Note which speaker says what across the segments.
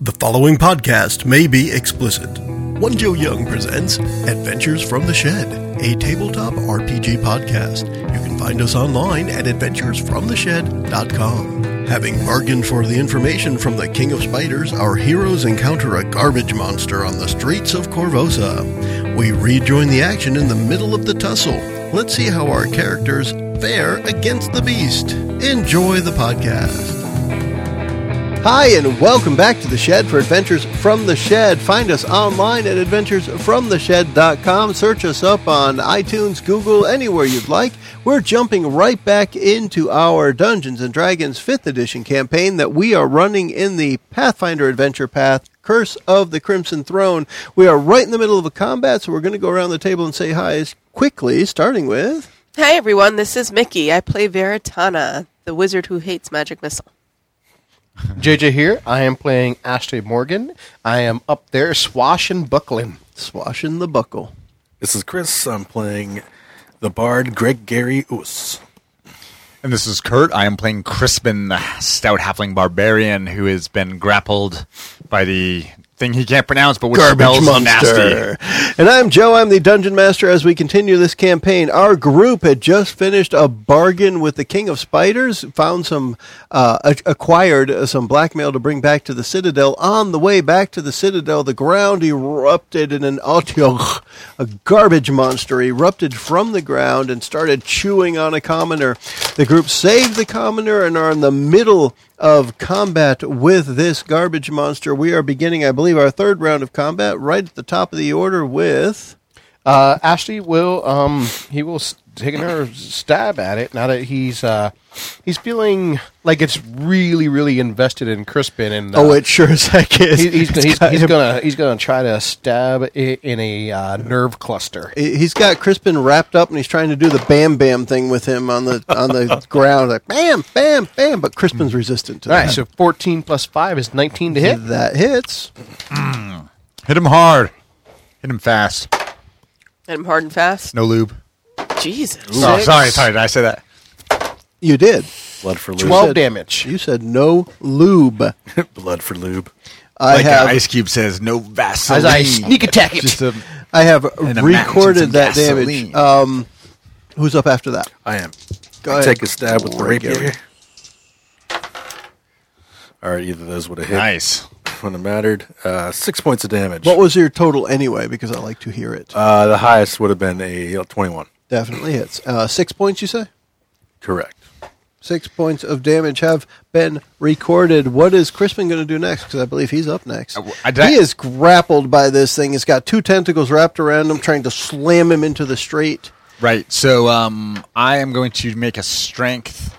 Speaker 1: The following podcast may be explicit. One Joe Young presents Adventures from the Shed, a tabletop RPG podcast. You can find us online at adventuresfromtheshed.com. Having bargained for the information from the King of Spiders, our heroes encounter a garbage monster on the streets of Corvosa. We rejoin the action in the middle of the tussle. Let's see how our characters fare against the beast. Enjoy the podcast. Hi, and welcome back to The Shed for Adventures from The Shed. Find us online at adventuresfromtheshed.com. Search us up on iTunes, Google, anywhere you'd like. We're jumping right back into our Dungeons and Dragons 5th edition campaign that we are running in the Pathfinder Adventure Path Curse of the Crimson Throne. We are right in the middle of a combat, so we're going to go around the table and say hi as quickly, starting with.
Speaker 2: Hi everyone, this is Mickey. I play Veritana, the wizard who hates magic missile.
Speaker 3: JJ here. I am playing Ashley Morgan. I am up there swash and buckling.
Speaker 1: Swashing the buckle.
Speaker 4: This is Chris. I'm playing the bard Greg Gary Oos.
Speaker 5: And this is Kurt. I am playing Crispin, the stout halfling barbarian who has been grappled by the thing he can't pronounce, but which
Speaker 1: Garbage
Speaker 5: smells
Speaker 1: Monster.
Speaker 5: nasty.
Speaker 1: And I'm Joe. I'm the Dungeon Master as we continue this campaign. Our group had just finished a bargain with the King of Spiders, found some, uh, ac- acquired uh, some blackmail to bring back to the Citadel. On the way back to the Citadel, the ground erupted in an Atyog, a garbage monster erupted from the ground and started chewing on a commoner. The group saved the commoner and are in the middle of combat with this garbage monster. We are beginning, I believe, our third round of combat right at the top of the order with.
Speaker 3: Uh, Ashley will um he will s- take another stab at it now that he's uh he's feeling like it's really really invested in Crispin and uh,
Speaker 1: oh, it sure as heck is.
Speaker 3: he- he's
Speaker 1: It's
Speaker 3: he's,
Speaker 1: got
Speaker 3: he's
Speaker 1: him-
Speaker 3: gonna he's gonna try to stab it in a uh, nerve cluster.
Speaker 1: he- He's got Crispin wrapped up, and he's trying to do the bam bam thing with him on the on the ground, like bam bam bam. But Crispin's resistant to
Speaker 3: All right,
Speaker 1: that.
Speaker 3: so fourteen plus five is nineteen to hit.
Speaker 1: that hits.
Speaker 5: Hit him hard. Hit him fast.
Speaker 2: And I'm hard and fast.
Speaker 5: No lube.
Speaker 2: Jesus.
Speaker 5: Oh, sorry, sorry. Did I say that?
Speaker 1: You did.
Speaker 4: Blood for lube.
Speaker 3: Twelve
Speaker 1: said-
Speaker 3: damage.
Speaker 1: You said no lube.
Speaker 4: Blood for lube.
Speaker 1: I
Speaker 5: like
Speaker 1: have
Speaker 5: uh, Ice Cube says, no Vaseline.
Speaker 3: As I sneak attack it.
Speaker 5: Just a-
Speaker 1: I have
Speaker 5: and a
Speaker 1: recorded
Speaker 5: match and some
Speaker 1: that damage.
Speaker 5: gasoline.
Speaker 1: Um, who's up after that?
Speaker 4: I am.
Speaker 1: Go
Speaker 4: I
Speaker 1: ahead.
Speaker 4: Take a stab with the
Speaker 1: Greg
Speaker 4: rapier.
Speaker 1: Gary.
Speaker 4: All right, either of those would have hit
Speaker 5: nice.
Speaker 4: when it mattered. Uh, six points of damage.
Speaker 1: What was your total anyway? Because I like to hear it.
Speaker 4: uh, the highest would have been a 21.
Speaker 1: Definitely hits. Uh, six points, you say?
Speaker 4: Correct.
Speaker 1: Six points of damage have been recorded. What is Crispin going to do next? Because I believe he's up next.
Speaker 5: Uh, w- I- did I-
Speaker 1: he is grappled by this thing. It's got two tentacles wrapped around him, trying to slam him into the street.
Speaker 5: Right. So um, I am going to make a strength,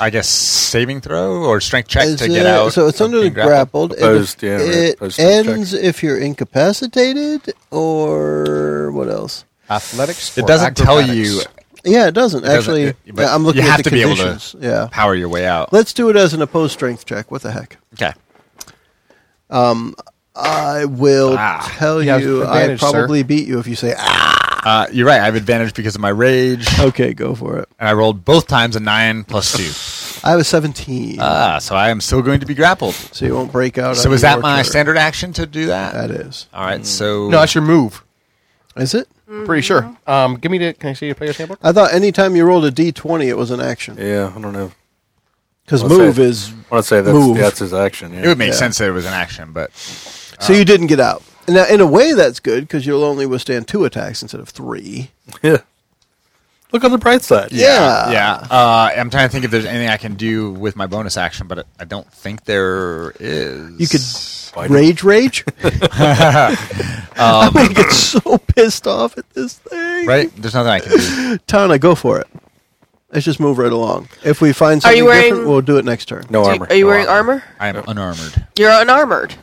Speaker 5: I guess, saving throw or strength check
Speaker 1: Is
Speaker 5: to get
Speaker 1: it-
Speaker 5: out.
Speaker 1: so it's
Speaker 5: of
Speaker 1: under the
Speaker 5: being
Speaker 1: grappled. and if
Speaker 4: Opposed, yeah, right,
Speaker 1: it
Speaker 4: opposed to the check.
Speaker 1: ends if you're incapacitated or what else?
Speaker 3: Athletics.
Speaker 5: It
Speaker 3: or
Speaker 5: doesn't tell
Speaker 3: acrobatics?
Speaker 5: you.
Speaker 1: Yeah, it doesn't actually.
Speaker 5: doesn't- it- but
Speaker 1: I'm looking
Speaker 5: you
Speaker 1: at
Speaker 5: have
Speaker 1: the
Speaker 5: to be able to-
Speaker 1: conditions. yeah,
Speaker 5: Power your way out.
Speaker 1: let's do it as an opposed strength check. What the heck?
Speaker 5: Okay.
Speaker 1: I will
Speaker 5: Ah.
Speaker 1: tell
Speaker 3: Yeah,
Speaker 1: you. I
Speaker 3: advantage, sir.
Speaker 1: probably beat you if you say. Ah.
Speaker 5: Uh, you're right. I have advantage because of my rage.
Speaker 1: Okay, go for it.
Speaker 5: and I rolled both times a nine plus two.
Speaker 1: I have a 17,
Speaker 5: ah, so I am still going to be grappled.
Speaker 1: so you won't break out.
Speaker 5: So
Speaker 1: on
Speaker 5: is
Speaker 1: your
Speaker 5: that my
Speaker 1: turn.
Speaker 5: standard action to do that?
Speaker 1: That is.
Speaker 5: All right. So
Speaker 3: No, that's your move.
Speaker 1: Is it?
Speaker 3: Pretty sure. Um, give me the. Can I see your player's handbook?
Speaker 1: I thought anytime you rolled a d20, it was an action.
Speaker 4: Yeah, I don't know.
Speaker 1: Because
Speaker 4: Let's
Speaker 1: move
Speaker 4: say-
Speaker 1: is.
Speaker 4: I want to say that's,
Speaker 1: Move.
Speaker 4: that's his action. Yeah.
Speaker 5: it would make
Speaker 1: Yeah.
Speaker 5: sense that it was an action, but
Speaker 1: So you didn't get out. Now, in a way, that's good because you'll only withstand two attacks instead of three.
Speaker 4: yeah. Look on the bright side.
Speaker 1: Yeah.
Speaker 5: yeah. Uh, I'm trying to think if there's anything I can do with my bonus action, but I don't think there is.
Speaker 1: You could
Speaker 4: Why not?
Speaker 1: rage, rage. I'm gonna get so pissed off at this thing.
Speaker 5: right? There's nothing I can do.
Speaker 1: Tana, go for it. Let's just move right along. If we find something
Speaker 2: you wearing-
Speaker 1: different, we'll do it next turn.
Speaker 4: No
Speaker 2: Do you-
Speaker 4: armor.
Speaker 2: are you
Speaker 4: No
Speaker 2: wearing armor?
Speaker 5: I am unarmored.
Speaker 2: You're unarmored.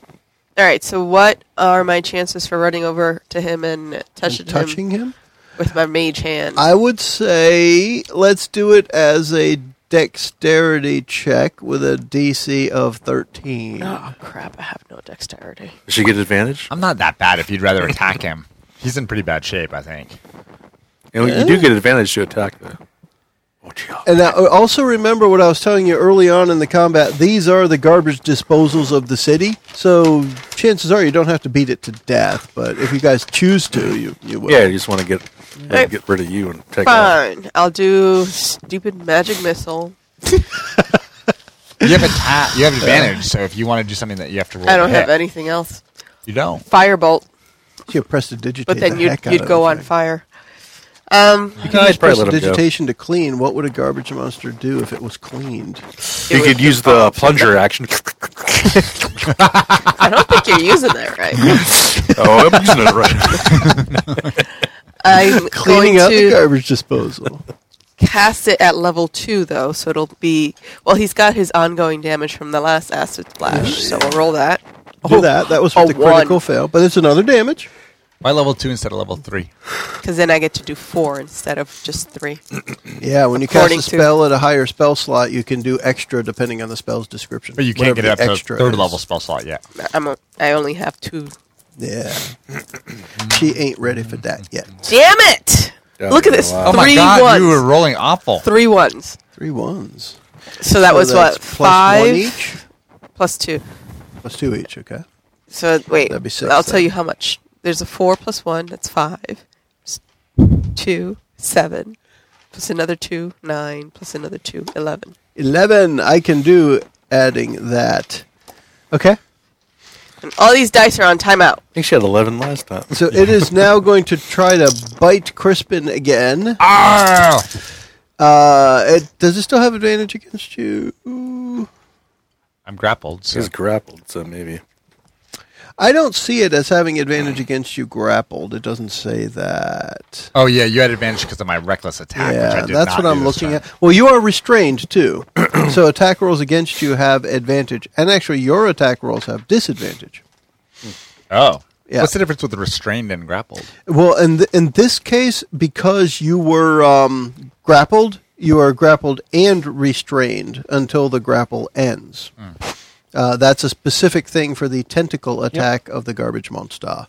Speaker 2: All right, so what are my chances for running over to him and touching,
Speaker 1: Touching
Speaker 2: him
Speaker 1: him?
Speaker 2: with my mage hand?
Speaker 1: I would say let's do it as a dexterity check with a DC of 13.
Speaker 2: oh crap, I have no dexterity.
Speaker 4: Does she get
Speaker 1: Uh,
Speaker 4: advantage?
Speaker 5: I'm not that bad. If you'd rather attack him, he's in pretty bad shape. I think.
Speaker 4: You, know, you do get advantage to attack, though. Georgia.
Speaker 1: And I also remember what I was telling you early on in the combat. These are the garbage disposals of the city, so chances are you don't have to beat it to death. But if you guys choose to, you you will.
Speaker 4: Yeah, you just want to get
Speaker 2: Hey.
Speaker 4: get rid of you and take off.
Speaker 2: Fine. I'll do stupid magic missile.
Speaker 5: You have a ta- you have advantage, so if you want to do something that you have to roll,
Speaker 2: I
Speaker 5: to
Speaker 2: don't have
Speaker 5: hit,
Speaker 2: anything else.
Speaker 5: You don't.
Speaker 2: Firebolt,
Speaker 1: You press the digitate.
Speaker 2: but then
Speaker 1: the
Speaker 2: you'd
Speaker 1: heck out
Speaker 2: you'd
Speaker 1: of
Speaker 2: go on
Speaker 1: everything.
Speaker 2: fire. Um,
Speaker 1: You
Speaker 4: No,
Speaker 1: can
Speaker 4: I'd
Speaker 1: use
Speaker 4: probably
Speaker 1: press
Speaker 4: let 'em go.
Speaker 1: digitation to clean. What would a garbage monster do if it was cleaned?
Speaker 4: You could use the plunger action.
Speaker 2: I don't think you're using that right.
Speaker 4: oh, I'm using it right.
Speaker 2: I'm
Speaker 1: Cleaning
Speaker 2: going
Speaker 1: out the
Speaker 2: to
Speaker 1: garbage disposal.
Speaker 2: cast it at level two, though, so it'll be. Well, he's got his ongoing damage from the last acid splash, so we'll roll that.
Speaker 1: Do that. That was
Speaker 2: a
Speaker 1: with the critical
Speaker 2: one.
Speaker 1: fail, but it's another damage.
Speaker 5: Why level two instead of level three?
Speaker 2: Because then I get to do four instead of just three.
Speaker 1: Yeah, when you cast
Speaker 2: According
Speaker 1: a
Speaker 2: to-
Speaker 1: spell at a higher spell slot, you can do extra depending on the spell's description.
Speaker 5: But you
Speaker 1: Whatever
Speaker 5: can't get it up
Speaker 1: the
Speaker 5: to
Speaker 1: extra
Speaker 5: third
Speaker 1: is.
Speaker 5: level spell slot yet.
Speaker 2: I'm a, I only have two.
Speaker 1: Yeah. she ain't ready for that yet.
Speaker 2: Damn it!
Speaker 4: Yeah,
Speaker 2: Look at
Speaker 4: wow.
Speaker 2: this.
Speaker 5: Oh my
Speaker 2: three
Speaker 5: god,
Speaker 2: ones.
Speaker 5: you were rolling awful.
Speaker 2: Three ones.
Speaker 1: Three ones.
Speaker 2: So that
Speaker 1: So
Speaker 2: was
Speaker 1: that's
Speaker 2: what?
Speaker 1: plus
Speaker 2: five?
Speaker 1: one each?
Speaker 2: Plus two.
Speaker 1: Plus two each, okay.
Speaker 2: So wait,
Speaker 1: That'd be six
Speaker 2: I'll
Speaker 1: then.
Speaker 2: tell you how much. There's a four plus one. That's five. S- Two, seven, plus another two, nine, plus another two, eleven.
Speaker 1: 11. I can do adding that. Okay.
Speaker 2: And all these dice are on timeout.
Speaker 4: I think she had 11 last time.
Speaker 1: So it is now going to try to bite Crispin again.
Speaker 5: Ah!
Speaker 1: Uh, it, does it still have advantage against you? Ooh.
Speaker 5: I'm grappled. So.
Speaker 4: She's grappled, so maybe.
Speaker 1: I don't see it as having advantage against you grappled. It doesn't say that.
Speaker 5: Oh yeah, you had advantage because of my reckless attack. which I
Speaker 1: Yeah,
Speaker 5: did
Speaker 1: that's
Speaker 5: not
Speaker 1: what
Speaker 5: do
Speaker 1: I'm
Speaker 5: this
Speaker 1: looking
Speaker 5: time.
Speaker 1: at. Well, you are restrained too, so attack rolls against you have advantage, and actually your attack rolls have disadvantage.
Speaker 5: Oh,
Speaker 1: Yeah.
Speaker 5: what's the difference with restrained and grappled?
Speaker 1: Well, in th- in this case, because you were um, grappled, you are grappled and restrained until the grapple ends.
Speaker 3: Hmm.
Speaker 1: Uh, that's a specific thing for the tentacle attack of the garbage monster.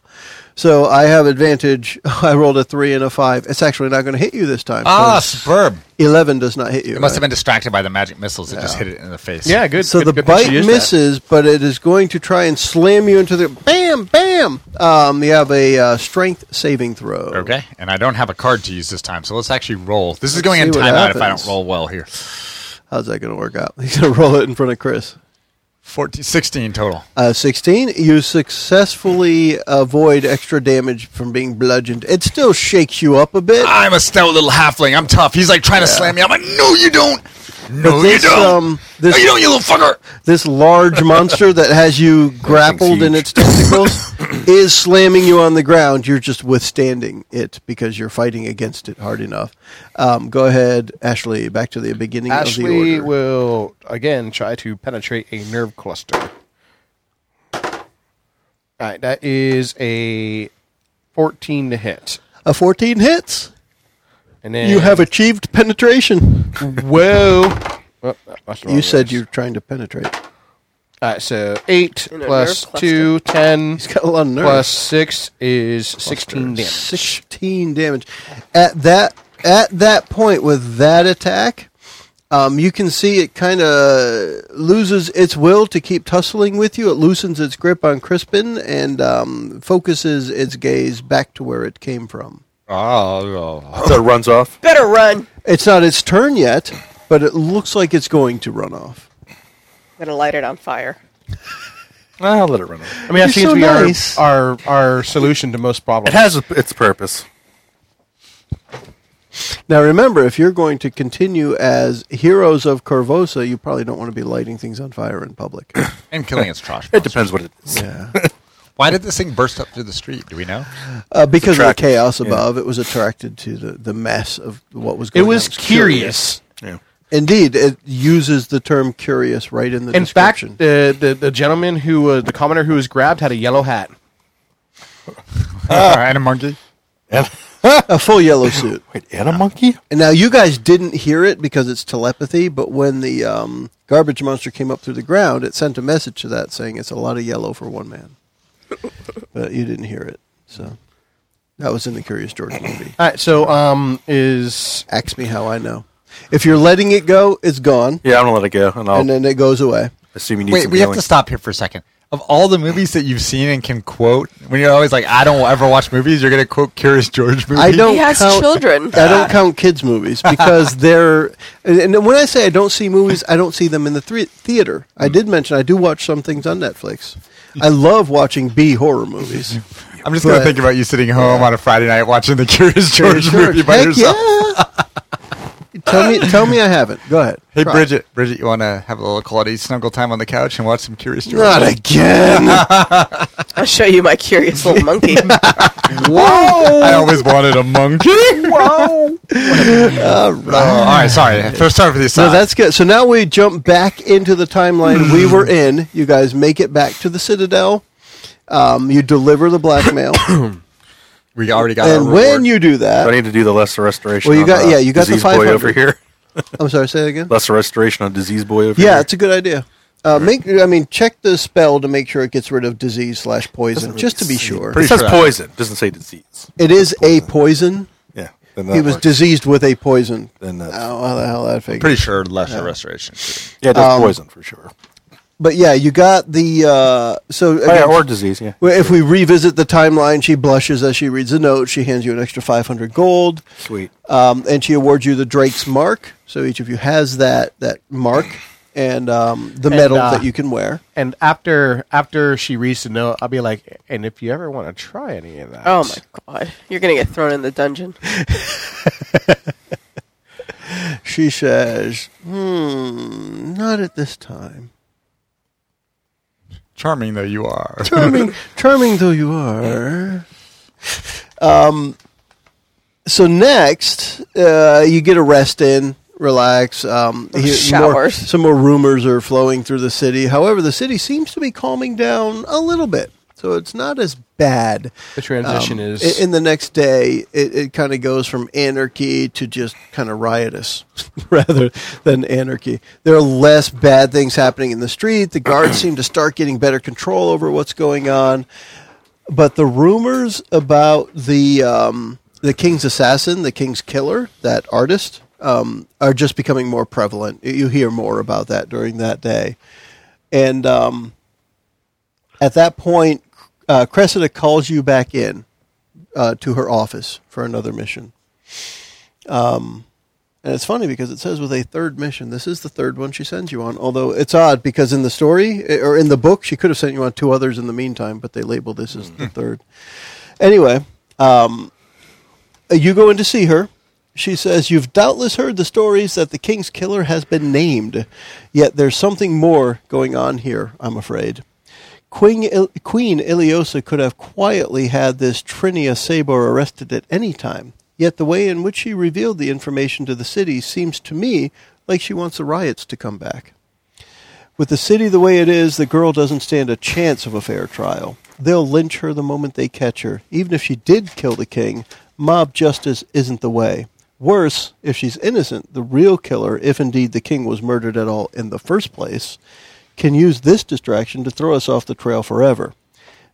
Speaker 1: So I have advantage. I rolled a three and a five. It's actually not going to hit you this time.
Speaker 3: Ah,
Speaker 1: 'cause
Speaker 5: Ah, superb!
Speaker 1: eleven does not hit you.
Speaker 5: It must have
Speaker 1: right?
Speaker 5: been distracted by the magic missiles. It just hit it in the face.
Speaker 3: Yeah, good.
Speaker 1: So
Speaker 3: good-
Speaker 1: the
Speaker 3: good thing she
Speaker 1: bite
Speaker 3: used that.
Speaker 1: misses, but it is going to try and slam you into the bam, bam. Um, you have a uh, strength saving throw.
Speaker 5: Okay, and I don't have a card to use this time, so let's actually roll. This is going
Speaker 1: see
Speaker 5: in
Speaker 1: what
Speaker 5: timeout if I
Speaker 1: happens.
Speaker 5: don't roll well here.
Speaker 1: How's that going to work out? He's going to roll it in front of Chris.
Speaker 5: 14, 16 total.
Speaker 1: Uh, 16. You successfully avoid extra damage from being bludgeoned. It still shakes you up a bit.
Speaker 5: I'm a stout little halfling. I'm tough. He's like trying to slam me. I'm like, no, you don't. No,
Speaker 1: this,
Speaker 5: you don't.
Speaker 1: um, this-
Speaker 5: no, you don't, you little fucker.
Speaker 1: This large monster that has you grappled in its tentacles is slamming you on the ground. You're just withstanding it because you're fighting against it hard enough. Um, go ahead, Ashley. Back to the beginning of the
Speaker 3: Ashley
Speaker 1: order.
Speaker 3: will again try to penetrate a nerve cluster. All right, that is a fourteen to hit,
Speaker 1: A 14 hits.
Speaker 3: and then
Speaker 1: You have achieved penetration.
Speaker 3: whoa. Oh, that's the wrong
Speaker 1: You said
Speaker 3: dice.
Speaker 1: you're trying to penetrate.
Speaker 3: All right, so eight
Speaker 2: In a
Speaker 3: plus
Speaker 2: nerve cluster.
Speaker 3: two, ten
Speaker 1: He's got a lot of nerve.
Speaker 3: plus six is sixteen damage.
Speaker 1: 16 damage. At that at that point with that attack, um, you can see it kind of loses its will to keep tussling with you. It loosens its grip on Crispin and um, focuses its gaze back to where it came from.
Speaker 5: Oh,
Speaker 4: So it runs off.
Speaker 2: Better run.
Speaker 1: It's not its turn yet, but it looks like it's going to run off.
Speaker 2: I'm gonna light it on fire.
Speaker 4: I'll let it run off.
Speaker 3: I mean, that
Speaker 1: You're
Speaker 3: seems
Speaker 1: so
Speaker 3: to be
Speaker 1: nice.
Speaker 3: our, our our solution to most
Speaker 4: It
Speaker 3: problems.
Speaker 4: has a, its purpose.
Speaker 1: Now remember, if you're going to continue as heroes of Corvosa, you probably don't want to be lighting things on fire in public.
Speaker 5: and killing its trash.
Speaker 4: It depends what it is.
Speaker 1: Yeah.
Speaker 5: Why did this thing burst up through the street? Do we know?
Speaker 1: Uh, because of the
Speaker 4: Attracted,
Speaker 1: chaos
Speaker 4: yeah.
Speaker 1: above, it was attracted to the, the mess of what was
Speaker 3: It
Speaker 1: going on.
Speaker 3: was curious.
Speaker 4: Yeah.
Speaker 1: Indeed, it uses the term curious right in the
Speaker 3: In fact,
Speaker 1: description.
Speaker 3: the, the the gentleman who uh, the commoner who was grabbed had a yellow hat.
Speaker 5: and a monkey.
Speaker 1: a full yellow suit.
Speaker 4: Wait, and a monkey?
Speaker 1: And now you guys didn't hear it because it's telepathy, but when the um, garbage monster came up through the ground, it sent a message to that saying it's a lot of yellow for one man. but you didn't hear it. So that was in the Curious George movie.
Speaker 3: All right, so um, is
Speaker 1: Ask me how I know. If you're letting it go, it's gone,
Speaker 4: Yeah, I'm gonna let it go, and I'll
Speaker 1: and then it goes away.
Speaker 4: assume you need
Speaker 5: Wait,
Speaker 4: some
Speaker 5: we have
Speaker 4: healing.
Speaker 5: to stop here for a second. Of all the movies that you've seen and can quote, when you're always like, "I don't ever watch movies," you're gonna quote Curious George movies.
Speaker 1: I don't
Speaker 2: He has
Speaker 1: count-
Speaker 2: children.
Speaker 1: I don't count kids movies because they're. And and when I say I don't see movies, I don't see them in the thre- theater. I
Speaker 5: Mm.
Speaker 1: did mention I do watch some things on Netflix. I love watching B horror movies.
Speaker 5: I'm just gonna
Speaker 1: but-
Speaker 5: think about you sitting home on a Friday night watching the Curious George movie by
Speaker 1: Heck
Speaker 5: yourself.
Speaker 1: yeah. tell me, tell me I haven't. Go ahead.
Speaker 5: Hey,
Speaker 1: Try.
Speaker 5: Bridget, Bridget, you wanna have a little quality snuggle time on the couch and watch some Curious George?
Speaker 1: Not again.
Speaker 2: I'll show you my curious little monkey.
Speaker 1: Whoa.
Speaker 5: I always wanted a monkey.
Speaker 1: Whoa.
Speaker 5: Oh, all right, sorry. First, sorry for the aside.
Speaker 1: So that's good. So now we jump back into the timeline we were in. You guys make it back to the Citadel. Um, you deliver the blackmail,
Speaker 5: we already got.
Speaker 1: and
Speaker 5: our
Speaker 1: when
Speaker 5: reward.
Speaker 1: you do
Speaker 4: Do I
Speaker 1: that,
Speaker 4: need to do the lesser restoration.
Speaker 1: Well, you
Speaker 4: on,
Speaker 1: got-
Speaker 4: uh,
Speaker 1: yeah, you got the
Speaker 4: disease boy
Speaker 1: 500.
Speaker 4: over here.
Speaker 1: I'm sorry. Say that again.
Speaker 4: Lesser restoration on disease boy over
Speaker 1: Yeah,
Speaker 4: here.
Speaker 1: it's a good idea. Uh, Make I mean, check the spell to make sure it gets rid of disease slash poison, just to be sure.
Speaker 4: it
Speaker 5: pretty
Speaker 4: says
Speaker 5: sure that-
Speaker 4: poison. Doesn't say disease.
Speaker 1: It is a poison.
Speaker 4: Yeah, then
Speaker 1: he
Speaker 4: that
Speaker 1: was
Speaker 4: works.
Speaker 1: diseased with a poison.
Speaker 4: Then that's-
Speaker 1: oh, how the hell that figure?
Speaker 5: pretty sure lesser restoration.
Speaker 4: yeah, it does
Speaker 1: Um,
Speaker 4: poison for sure.
Speaker 1: But yeah, you got the uh, so
Speaker 4: Oh, yeah,
Speaker 1: again,
Speaker 4: or disease. Yeah,
Speaker 1: well, if we revisit the timeline, she blushes as she reads the note. She hands you an extra five hundred gold,
Speaker 4: sweet.
Speaker 1: um, and she awards you the Drake's mark. So each of you has that that mark and um, the medal
Speaker 3: uh,
Speaker 1: that you can wear.
Speaker 3: And after after she reads the note, I'll be like, and if you ever want to try any of that,
Speaker 2: oh my god, you're gonna get thrown in the dungeon.
Speaker 1: She says, "Hmm, not at this time."
Speaker 5: Charming though you are.
Speaker 1: charming, charming though you are. Um, so next, uh, you get a rest in, relax. Um,
Speaker 2: A
Speaker 1: here-
Speaker 2: shower.
Speaker 1: more- some more rumors are flowing through the city. However, the city seems to be calming down a little bit, so it's not as bad.
Speaker 3: the transition
Speaker 1: Um,
Speaker 3: is
Speaker 1: i- in the next day, it, it kind of goes from anarchy to just kind of riotous rather than anarchy. There are less bad things happening in the street. The guards seem to start getting better control over what's going on. But the rumors about the um, the king's assassin, the king's killer, that artist, um, are just becoming more prevalent. You hear more about that during that day, and um, at that point, uh, Cressida calls you back in uh, to her office for another mission. Um, and it's funny because it says with a third mission. This is the third one she sends you on. Although it's odd because in the story eh, or in the book, she could have sent you on two others in the meantime, but they label this as the third. Anyway, um, you go in to see her. She says, You've doubtless heard the stories that the king's killer has been named. Yet there's something more going on here, I'm afraid. Queen, Il- Queen Iliosa could have quietly had this Trinia Sabor arrested at any time, yet the way in which she revealed the information to the city seems to me like she wants the riots to come back. With the city the way it is, the girl doesn't stand a chance of a fair trial. They'll lynch her the moment they catch her. Even if she did kill the king, mob justice isn't the way. Worse, if she's innocent, the real killer, if indeed the king was murdered at all in the first place, can use this distraction to throw us off the trail forever.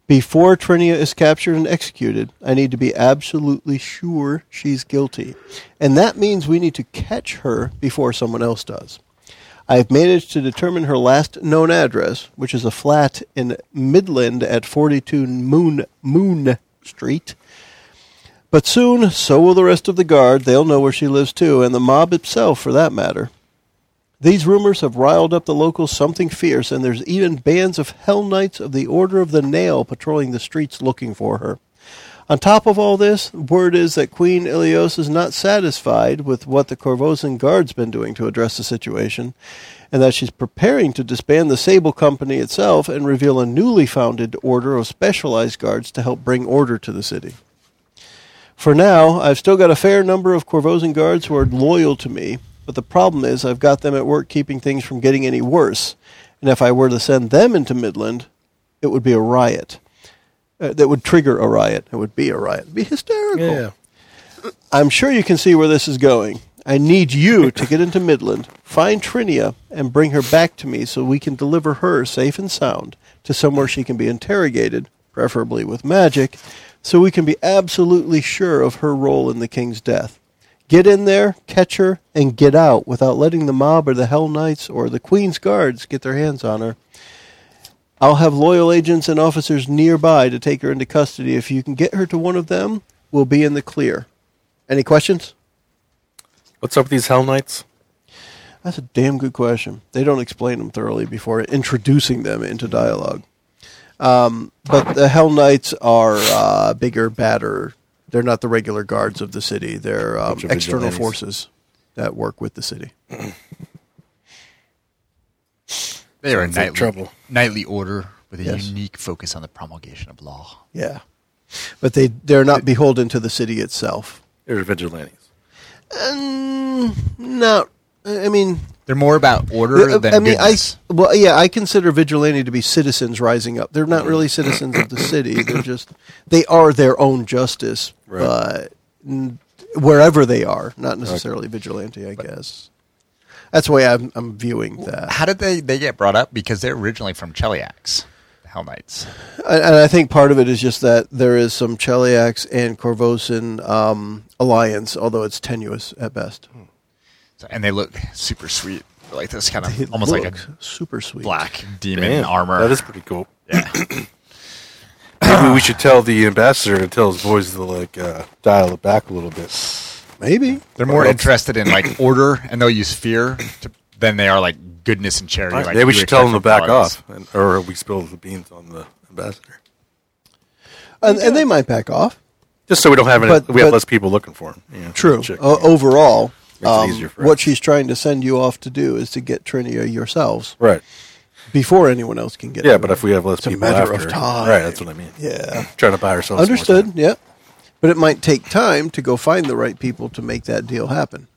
Speaker 1: Before Trinia is captured and executed, I need to be absolutely sure she's guilty. And that means we need to catch her before someone else does. I have managed to determine her last known address, which is a flat in Midland at 42 Moon Moon Street. But soon, so will the rest of the guard. They'll know where she lives too, and the mob itself, for that matter. These rumors have riled up the locals something fierce, and there's even bands of Hell Knights of the Order of the Nail patrolling the streets looking for her. On top of all this, word is that Queen Ilios is not satisfied with what the Corvosan Guard's been doing to address the situation, and that she's preparing to disband the Sable Company itself and reveal a newly founded order of specialized guards to help bring order to the city. For now, I've still got a fair number of Corvosan guards who are loyal to me, but the problem is I've got them at work keeping things from getting any worse, and if I were to send them into Midland, it would be a riot. Uh, that would trigger a riot. It would be a riot. It'd be hysterical. I'm sure you can see where this is going. I need you to get into Midland, find Trinia, and bring her back to me so we can deliver her safe and sound to somewhere she can be interrogated, preferably with magic, so we can be absolutely sure of her role in the king's death. Get in there, catch her, and get out without letting the mob or the Hell Knights or the Queen's Guards get their hands on her. I'll have loyal agents and officers nearby to take her into custody. If you can get her to one of them, we'll be in the clear. Any questions?
Speaker 4: What's up with these Hell Knights?
Speaker 1: That's a damn good question. They don't explain them thoroughly before introducing them into dialogue. Um, but the Hell Knights are uh, bigger, badder. They're not the regular guards of the city. They're um,
Speaker 4: Bunch of
Speaker 1: external
Speaker 4: vigilantes.
Speaker 1: forces that work with the city.
Speaker 5: They are a
Speaker 4: Sounds like
Speaker 5: nightly,
Speaker 4: trouble.
Speaker 5: nightly order with a
Speaker 1: Yes.
Speaker 5: unique focus on the promulgation of law.
Speaker 1: Yeah, but they they're not beholden to the city itself.
Speaker 4: They're vigilantes.
Speaker 1: Um, no, I mean
Speaker 5: They're more about order
Speaker 1: Uh,
Speaker 5: than
Speaker 1: I mean,
Speaker 5: goodness.
Speaker 1: I well, yeah, I consider vigilante to be citizens rising up. They're not really citizens of the city. They're just they are their own justice,
Speaker 4: Right.
Speaker 1: but n- wherever they are, not necessarily vigilante. I guess that's the way I'm, I'm viewing that,
Speaker 5: Uh, How did they, they get brought up? Because they're originally from Cheliax, the Hell Knights.
Speaker 1: and, and I think part of it is just that there is some Cheliax and Corvosan um, alliance, although it's tenuous at best.
Speaker 5: Hmm. So- and they look super sweet, like this kind of
Speaker 1: It
Speaker 5: almost like
Speaker 1: looks
Speaker 5: a
Speaker 1: super sweet
Speaker 5: black demon
Speaker 4: Damn,
Speaker 5: armor.
Speaker 4: That is pretty cool.
Speaker 5: yeah.
Speaker 4: Maybe we should tell the ambassador to tell his boys to like uh, dial it back a little bit.
Speaker 1: maybe.
Speaker 5: They're more
Speaker 4: Well,
Speaker 5: interested in like order, and they'll use fear to, than they are like goodness and charity. Like
Speaker 4: Maybe we
Speaker 5: you
Speaker 4: should tell
Speaker 5: expect
Speaker 4: them to
Speaker 5: from
Speaker 4: back
Speaker 5: guards.
Speaker 4: off, and, or we spill the beans on the ambassador.
Speaker 1: And, and they might back off.
Speaker 4: Just so we don't have any,
Speaker 1: But-
Speaker 4: we have
Speaker 1: but-
Speaker 4: less people looking for him. Yeah,
Speaker 1: True. Oh,
Speaker 4: Check.
Speaker 1: O- overall,
Speaker 4: Makes it
Speaker 1: um,
Speaker 4: easier for
Speaker 1: what
Speaker 4: us.
Speaker 1: she's trying to send you off to do is to get Trinia yourselves
Speaker 4: right.
Speaker 1: before anyone else can get.
Speaker 4: Yeah,
Speaker 1: to
Speaker 4: but
Speaker 1: her.
Speaker 4: if we have less
Speaker 1: a
Speaker 4: people
Speaker 1: matter
Speaker 4: after,
Speaker 1: of time.
Speaker 4: right? That's what I mean.
Speaker 1: yeah,
Speaker 4: Trying to buy ourselves. more
Speaker 1: understood.
Speaker 4: time.
Speaker 1: Yeah, but it might take time to go find the right people to make that deal happen.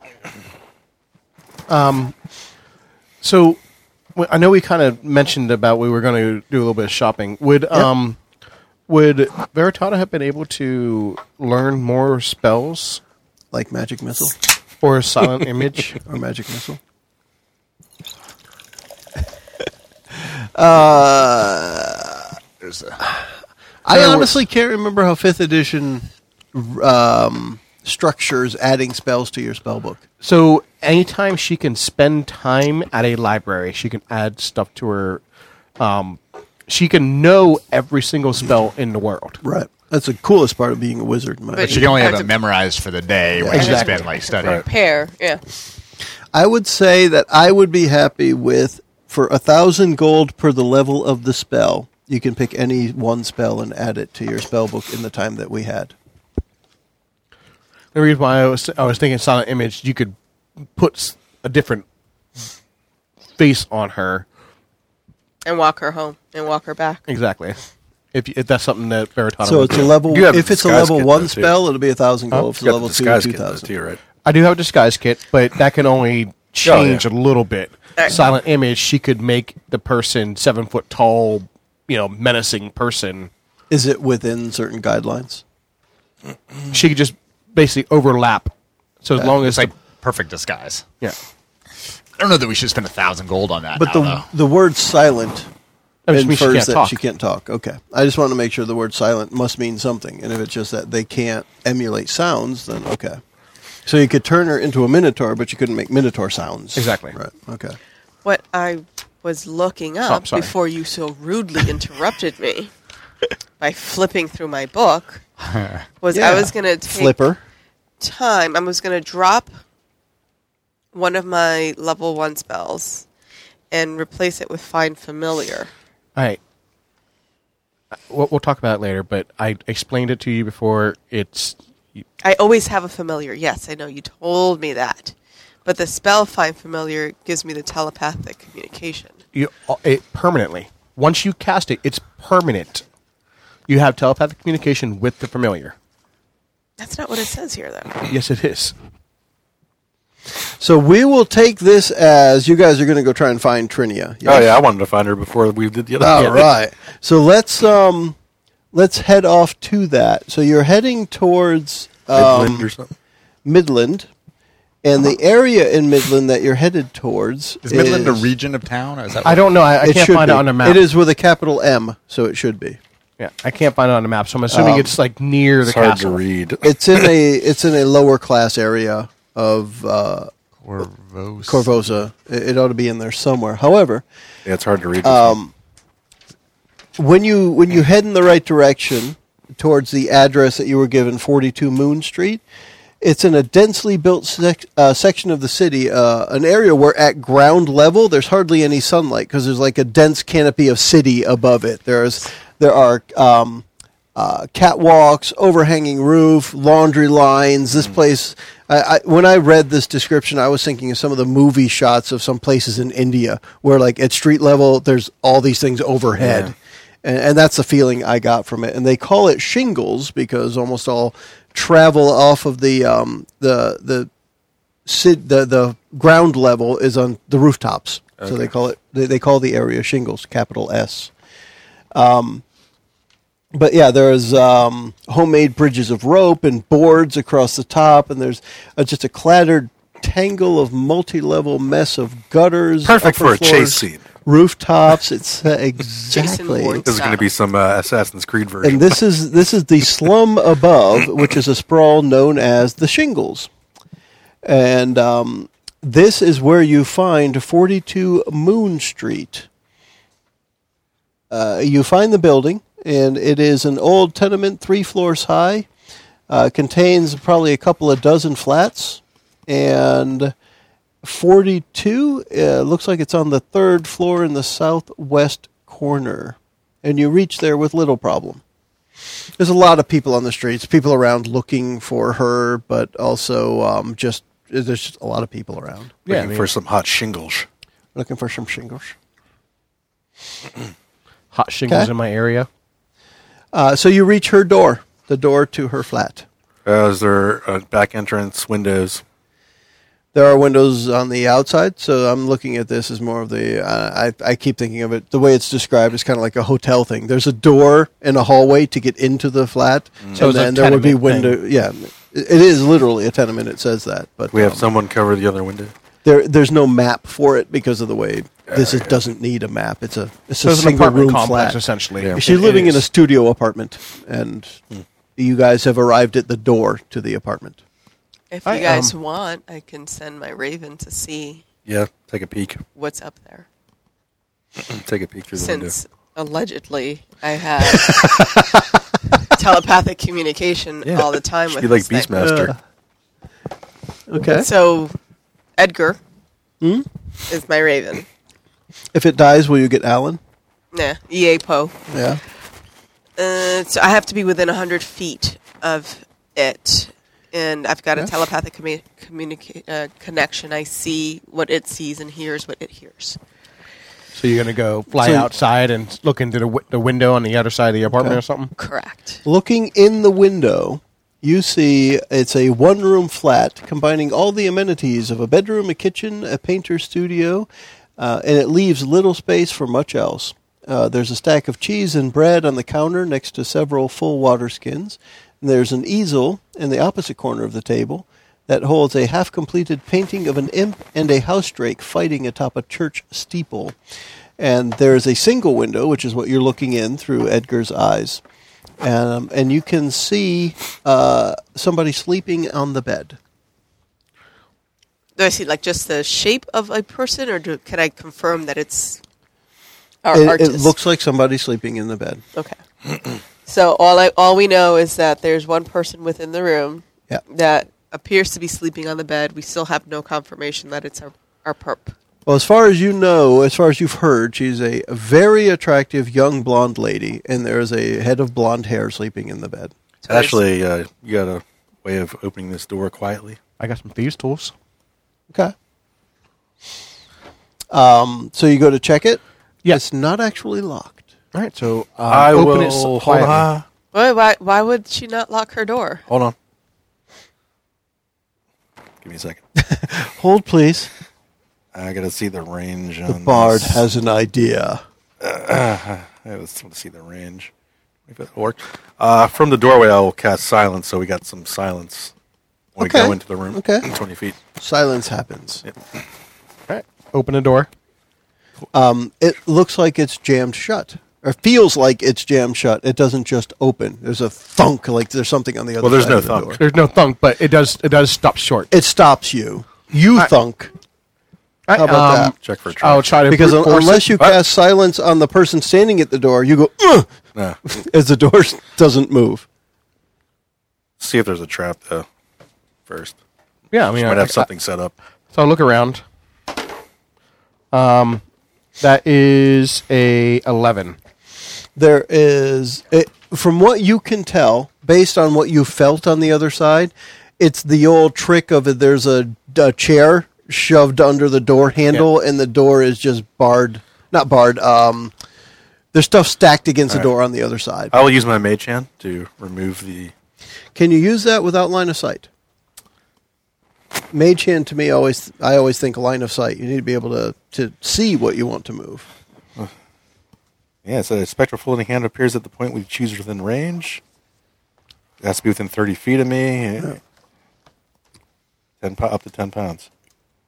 Speaker 3: So, w- I know we kind of mentioned about we were going to do a little bit of shopping. Would um, would Veritata have been able to learn more spells
Speaker 1: Like magic missile
Speaker 3: or silent image?
Speaker 1: or magic missile.
Speaker 5: There's a-
Speaker 1: I
Speaker 3: So-
Speaker 1: honestly can't remember how fifth edition r- um, structures adding spells to your spell book.
Speaker 3: So, anytime she can spend time at a library, she can add stuff to her. Um, she can know every single spell in the world.
Speaker 1: Right. That's the coolest part of being a wizard. In my
Speaker 2: But
Speaker 5: she
Speaker 1: opinion.
Speaker 5: can only have
Speaker 2: That's
Speaker 5: it
Speaker 2: a-
Speaker 5: memorized for the day when she's
Speaker 1: Exactly.
Speaker 5: been like studying.
Speaker 2: Prepare. Yeah.
Speaker 1: I would say that I would be happy with for a thousand gold per the level of the spell. You can pick any one spell and add it to your spell book in the time that we had.
Speaker 3: The reason why I was I was thinking silent image, you could put s- a different face on her.
Speaker 2: And walk her home and walk her back.
Speaker 3: Exactly. If, you- if that's something that Veritata
Speaker 1: So
Speaker 3: would
Speaker 1: it's
Speaker 3: do.
Speaker 1: a level.
Speaker 4: You have the
Speaker 1: If it's a
Speaker 4: disguise
Speaker 1: level
Speaker 4: kit,
Speaker 1: one
Speaker 4: though, too.
Speaker 1: spell, it'll be a thousand gold. If it's
Speaker 4: You
Speaker 1: a
Speaker 4: got
Speaker 1: level
Speaker 4: the
Speaker 1: two,
Speaker 4: disguise
Speaker 1: two
Speaker 4: kit, though,
Speaker 1: thousand.
Speaker 4: too, right?
Speaker 3: I do have disguise kit, but that can
Speaker 1: Oh,
Speaker 3: only change a little bit.
Speaker 2: Alright.
Speaker 3: Silent image, she could make the person seven foot tall, you know, menacing person.
Speaker 1: Is it within certain guidelines?
Speaker 3: She could just basically overlap. So as long as
Speaker 5: It's like perfect disguise.
Speaker 3: yeah,
Speaker 5: I don't know that we should spend a thousand gold on that.
Speaker 1: But
Speaker 5: I
Speaker 1: the
Speaker 5: don't know.
Speaker 1: the word silent
Speaker 3: That just means she
Speaker 1: infers
Speaker 3: can't
Speaker 1: that
Speaker 3: talk.
Speaker 1: she can't talk. Okay, I just want to make sure the word silent must mean something, and if it's just that they can't emulate sounds, then okay. So you could turn her into a minotaur, but you couldn't make minotaur sounds.
Speaker 3: Exactly.
Speaker 1: Right. Okay.
Speaker 2: What I was looking up
Speaker 3: sorry.
Speaker 2: before you so rudely interrupted me by flipping through my book was I was going to take
Speaker 1: flipper.
Speaker 2: time. I was going to drop one of my level one spells and replace it with find familiar.
Speaker 3: All right. Uh, We'll, we'll talk about it later, but I explained it to you before. It's
Speaker 2: I always have a familiar. Yes, I know you told me that. But the spell find familiar gives me the telepathic communication.
Speaker 3: you uh, it permanently. Once you cast it, it's permanent. You have telepathic communication with the familiar.
Speaker 2: That's not what it says here, though.
Speaker 3: Yes, it is.
Speaker 1: So we will take this as you guys are going to go try and find Trinia.
Speaker 4: Oh yeah, I wanted to find her before we did the other.
Speaker 1: All
Speaker 4: Yeah.
Speaker 1: Oh, right. So let's um, let's head off to that. So you're heading towards um,
Speaker 4: Midland or something.
Speaker 1: Midland, and the area in Midland that you're headed towards
Speaker 5: Is Midland a region of town? Or is that
Speaker 3: I don't know. I, I
Speaker 1: it
Speaker 3: can't
Speaker 1: should
Speaker 3: find
Speaker 1: be.
Speaker 3: it on the map.
Speaker 1: It is with a capital M, so it should be.
Speaker 3: Yeah, I can't find it on the Um, map, so I'm assuming it's like near the
Speaker 4: It's hard
Speaker 3: castle.
Speaker 4: to read.
Speaker 1: It's in a it's in a lower class area of uh,
Speaker 5: Corvos.
Speaker 1: Corvosa. It, it ought to be in there somewhere. However,
Speaker 4: Yeah, it's hard to read.
Speaker 1: um, when you when you head in the right direction towards the address that you were given, 42 Moon Street, it's in a densely built sec- uh, section of the city, uh, an area where at ground level there's hardly any sunlight because there's like a dense canopy of city above it. There's there are um, uh, catwalks, overhanging roof, laundry lines. This place, I, I, when I read this description, I was thinking of some of the movie shots of some places in India where, like, at street level, there's all these things overhead. And, and that's the feeling I got from it. And they call it shingles because almost all travel off of the, um, the, the, sit, the, the ground level is on the rooftops. So they call it, they, they call the area shingles, capital S Um, but yeah, there's um, homemade bridges of rope and boards across the top, and there's uh, just a clattered tangle of multi-level mess of gutters.
Speaker 4: Perfect
Speaker 1: upper
Speaker 4: for a chase
Speaker 1: floors,
Speaker 4: scene.
Speaker 1: Rooftops. It's uh, exactly.
Speaker 2: Bourne.
Speaker 4: This is going to be some uh, Assassin's Creed version.
Speaker 1: And this is this is the slum above, which is a sprawl known as the Shingles, and um, this is where you find 42 Moon Street. Uh, you find the building, and it is an old tenement, three floors high. Uh, contains probably a couple of dozen flats, and 42 uh, looks like it's on the third floor in the southwest corner and you reach there with little problem there's a lot of people on the streets people around looking for her but also um, just there's just a lot of people around
Speaker 3: Yeah,
Speaker 4: looking
Speaker 3: I mean-
Speaker 4: for some hot shingles.
Speaker 1: looking for some shingles
Speaker 3: Hot shingles
Speaker 1: Okay.
Speaker 3: in my area.
Speaker 1: uh, so you reach her door the door to her flat
Speaker 4: Uh, is there a back entrance, windows?
Speaker 1: there are windows on the outside so i'm looking at this as more of the uh, I, I keep thinking of it the way it's described is kind of like a hotel thing there's a door and a hallway to get into the flat
Speaker 4: Mm.
Speaker 1: and
Speaker 3: So it's a
Speaker 1: then there would be
Speaker 3: tenement
Speaker 1: window
Speaker 3: thing.
Speaker 1: yeah it it is literally a tenement it says that but
Speaker 4: We have
Speaker 1: um,
Speaker 4: someone cover the other window.
Speaker 1: there there's no map for it because of the way this is, doesn't need a map it's a it's
Speaker 3: So
Speaker 1: a
Speaker 3: it's an
Speaker 1: single
Speaker 3: apartment
Speaker 1: room
Speaker 3: complex,
Speaker 1: flat
Speaker 3: essentially.
Speaker 4: Yeah.
Speaker 1: she's
Speaker 3: It
Speaker 1: living in a
Speaker 3: is.
Speaker 1: studio apartment and you guys have arrived at the door to the apartment
Speaker 2: If
Speaker 3: I,
Speaker 2: you guys want, I can send my raven to see
Speaker 4: Yeah, take a peek.
Speaker 2: what's up there.
Speaker 4: Take a peek through the
Speaker 2: Since allegedly I have telepathic communication
Speaker 4: window.
Speaker 2: all the time with
Speaker 4: Should be like
Speaker 2: this thing.
Speaker 4: Beastmaster.
Speaker 1: okay
Speaker 2: So Edgar is my raven.
Speaker 1: if it dies will you get alan
Speaker 2: Nah, E EA Poe.
Speaker 1: yeah
Speaker 2: Uh, so I have to be within 100 feet of it. And I've got a telepathic commu- communica- uh, connection. I see what it sees and hears what it hears.
Speaker 3: So you're gonna go fly
Speaker 1: So-
Speaker 3: outside and look into the, wi- the window on the other side of the apartment or something.
Speaker 2: Correct.
Speaker 1: Looking in the window, you see it's a one room flat combining all the amenities of a bedroom, a kitchen, a painter's studio, uh, and it leaves little space for much else. Uh, there's a stack of cheese and bread on the counter next to several full water skins. And there's an easel in the opposite corner of the table that holds a half completed painting of an imp and a house drake fighting atop a church steeple. And there's a single window, which is what you're looking in through Edgar's eyes um, and you can see uh, somebody sleeping on the bed.
Speaker 2: Do I see like just the shape of a person, or do, can I confirm that it's our
Speaker 1: It,
Speaker 2: artist?
Speaker 1: it looks like somebody sleeping in the bed.
Speaker 2: okay. so all I all we know is that there's one person within the room
Speaker 1: Yeah.
Speaker 2: that appears to be sleeping on the bed. We still have no confirmation that it's our our perp.
Speaker 1: Well, as far as you know, as far as you've heard, she's a very attractive young blonde lady, and there is a head of blonde hair sleeping in the bed.
Speaker 2: So there's-
Speaker 4: Ashley, uh, you got a way of opening this door quietly?
Speaker 3: I got some thieves' tools.
Speaker 1: Okay. Um, so you go to check it.
Speaker 3: Yeah.
Speaker 1: It's not actually locked.
Speaker 3: All right, so um,
Speaker 4: I
Speaker 3: open
Speaker 4: will
Speaker 3: it so
Speaker 4: hold
Speaker 3: quietly.
Speaker 4: on.
Speaker 2: Why, why why would she not lock her door?
Speaker 4: Hold on. Give me a second.
Speaker 1: Hold, please.
Speaker 4: I gotta see the range
Speaker 1: The
Speaker 4: on
Speaker 1: bard
Speaker 4: this.
Speaker 1: has an idea.
Speaker 4: I just want to see the range. If it work. Uh, from the doorway, I will cast silence, so we got some silence when we
Speaker 1: Okay.
Speaker 4: go into the room.
Speaker 1: Okay.
Speaker 4: twenty feet.
Speaker 1: Silence happens.
Speaker 3: All right, open the door.
Speaker 1: It looks like it's jammed shut. It feels like it's jammed shut. It doesn't just open. There's a thunk, like there's something on the other
Speaker 4: Well, there's
Speaker 1: side
Speaker 4: no
Speaker 1: of the
Speaker 4: thunk.
Speaker 1: door.
Speaker 3: There's no thunk, but it does it does stop short.
Speaker 1: It stops you. You thunk. How about that?
Speaker 4: Check for a
Speaker 3: um, I'll
Speaker 4: trap.
Speaker 3: try to
Speaker 1: Because
Speaker 3: brute
Speaker 1: un-
Speaker 3: force
Speaker 1: unless
Speaker 3: it. Uh,
Speaker 1: you cast silence on the person standing at the door, you go "Ugh,"
Speaker 4: No.
Speaker 1: as the door doesn't move.
Speaker 4: See if there's a trap though. First,
Speaker 3: yeah, I mean,
Speaker 4: might
Speaker 3: I-
Speaker 4: have something set up.
Speaker 3: So I look around. Um, that is a eleven.
Speaker 1: there is it, from what you can tell based on what you felt on the other side it's the old trick of it there's a, a chair shoved under the door handle and the door is just barred not barred um there's stuff stacked against the door on the other side
Speaker 4: I will use my mage hand to remove the.
Speaker 1: can you use that without line of sight mage hand to me always i always think line of sight you need to be able to to see what you want to move
Speaker 4: Yeah, so the spectral floating hand appears at the point we choose within range. It has to be within 30 feet of me. Ten po- up to 10 pounds.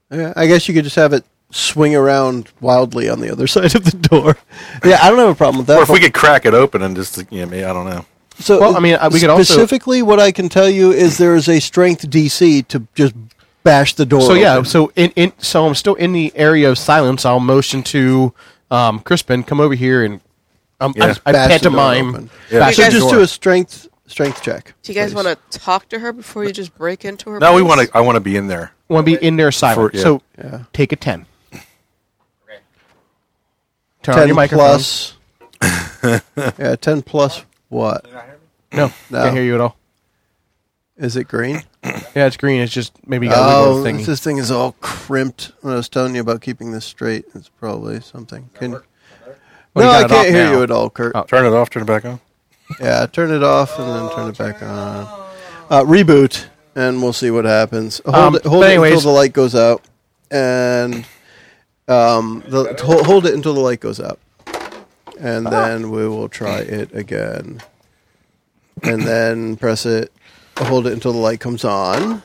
Speaker 1: Yeah, I guess you could just have it swing around wildly on the other side of the door. Yeah, I don't have a problem with that.
Speaker 4: Or if we could crack it open and just, you know, maybe, I don't know.
Speaker 1: so,
Speaker 3: Well, I mean, I- we could also-
Speaker 1: specifically what I can tell you is there is a strength DC to just bash the door.
Speaker 3: So yeah,
Speaker 1: open.
Speaker 3: so in, in so I'm still in the area of silence. I'll motion to um, Crispin, come over here and um,
Speaker 4: Yeah.
Speaker 3: I, I
Speaker 1: Bash the door
Speaker 3: pantomime.
Speaker 1: open.
Speaker 4: Yeah.
Speaker 3: bash
Speaker 1: So
Speaker 2: You guys-
Speaker 3: the
Speaker 1: just
Speaker 3: door.
Speaker 1: do a strength strength check.
Speaker 2: Do you guys
Speaker 1: please.
Speaker 2: want to talk to her before you just break into her?
Speaker 4: No, we
Speaker 2: place?
Speaker 4: want to, I want to be in there.
Speaker 3: want to be in there silent.
Speaker 4: For- yeah.
Speaker 3: So
Speaker 1: Yeah.
Speaker 3: take a ten. Turn on
Speaker 1: ten
Speaker 3: your microphone.
Speaker 1: plus? yeah, ten plus what?
Speaker 3: No,
Speaker 1: No.
Speaker 3: can't hear you at all.
Speaker 1: Is it green?
Speaker 3: Yeah, it's green. It's just maybe got a
Speaker 1: Oh,
Speaker 3: little thingy.
Speaker 1: this thing is all crimped. When I was telling you about keeping this straight, it's probably something. Can,
Speaker 3: Well,
Speaker 1: no,
Speaker 3: you
Speaker 1: I
Speaker 3: got it off
Speaker 1: can't hear
Speaker 3: now.
Speaker 1: you at all, Kurt.
Speaker 3: Oh.
Speaker 4: Turn it off, turn it back on.
Speaker 1: Yeah, turn it off and then turn it back on. Uh, reboot, and we'll see what happens. Hold,
Speaker 3: Um,
Speaker 1: it, hold
Speaker 3: but
Speaker 1: it until
Speaker 3: anyways-
Speaker 1: the light goes out, and um, the, hold, hold it until the light goes out, and then we will try it again, and then press it, hold it until the light comes on,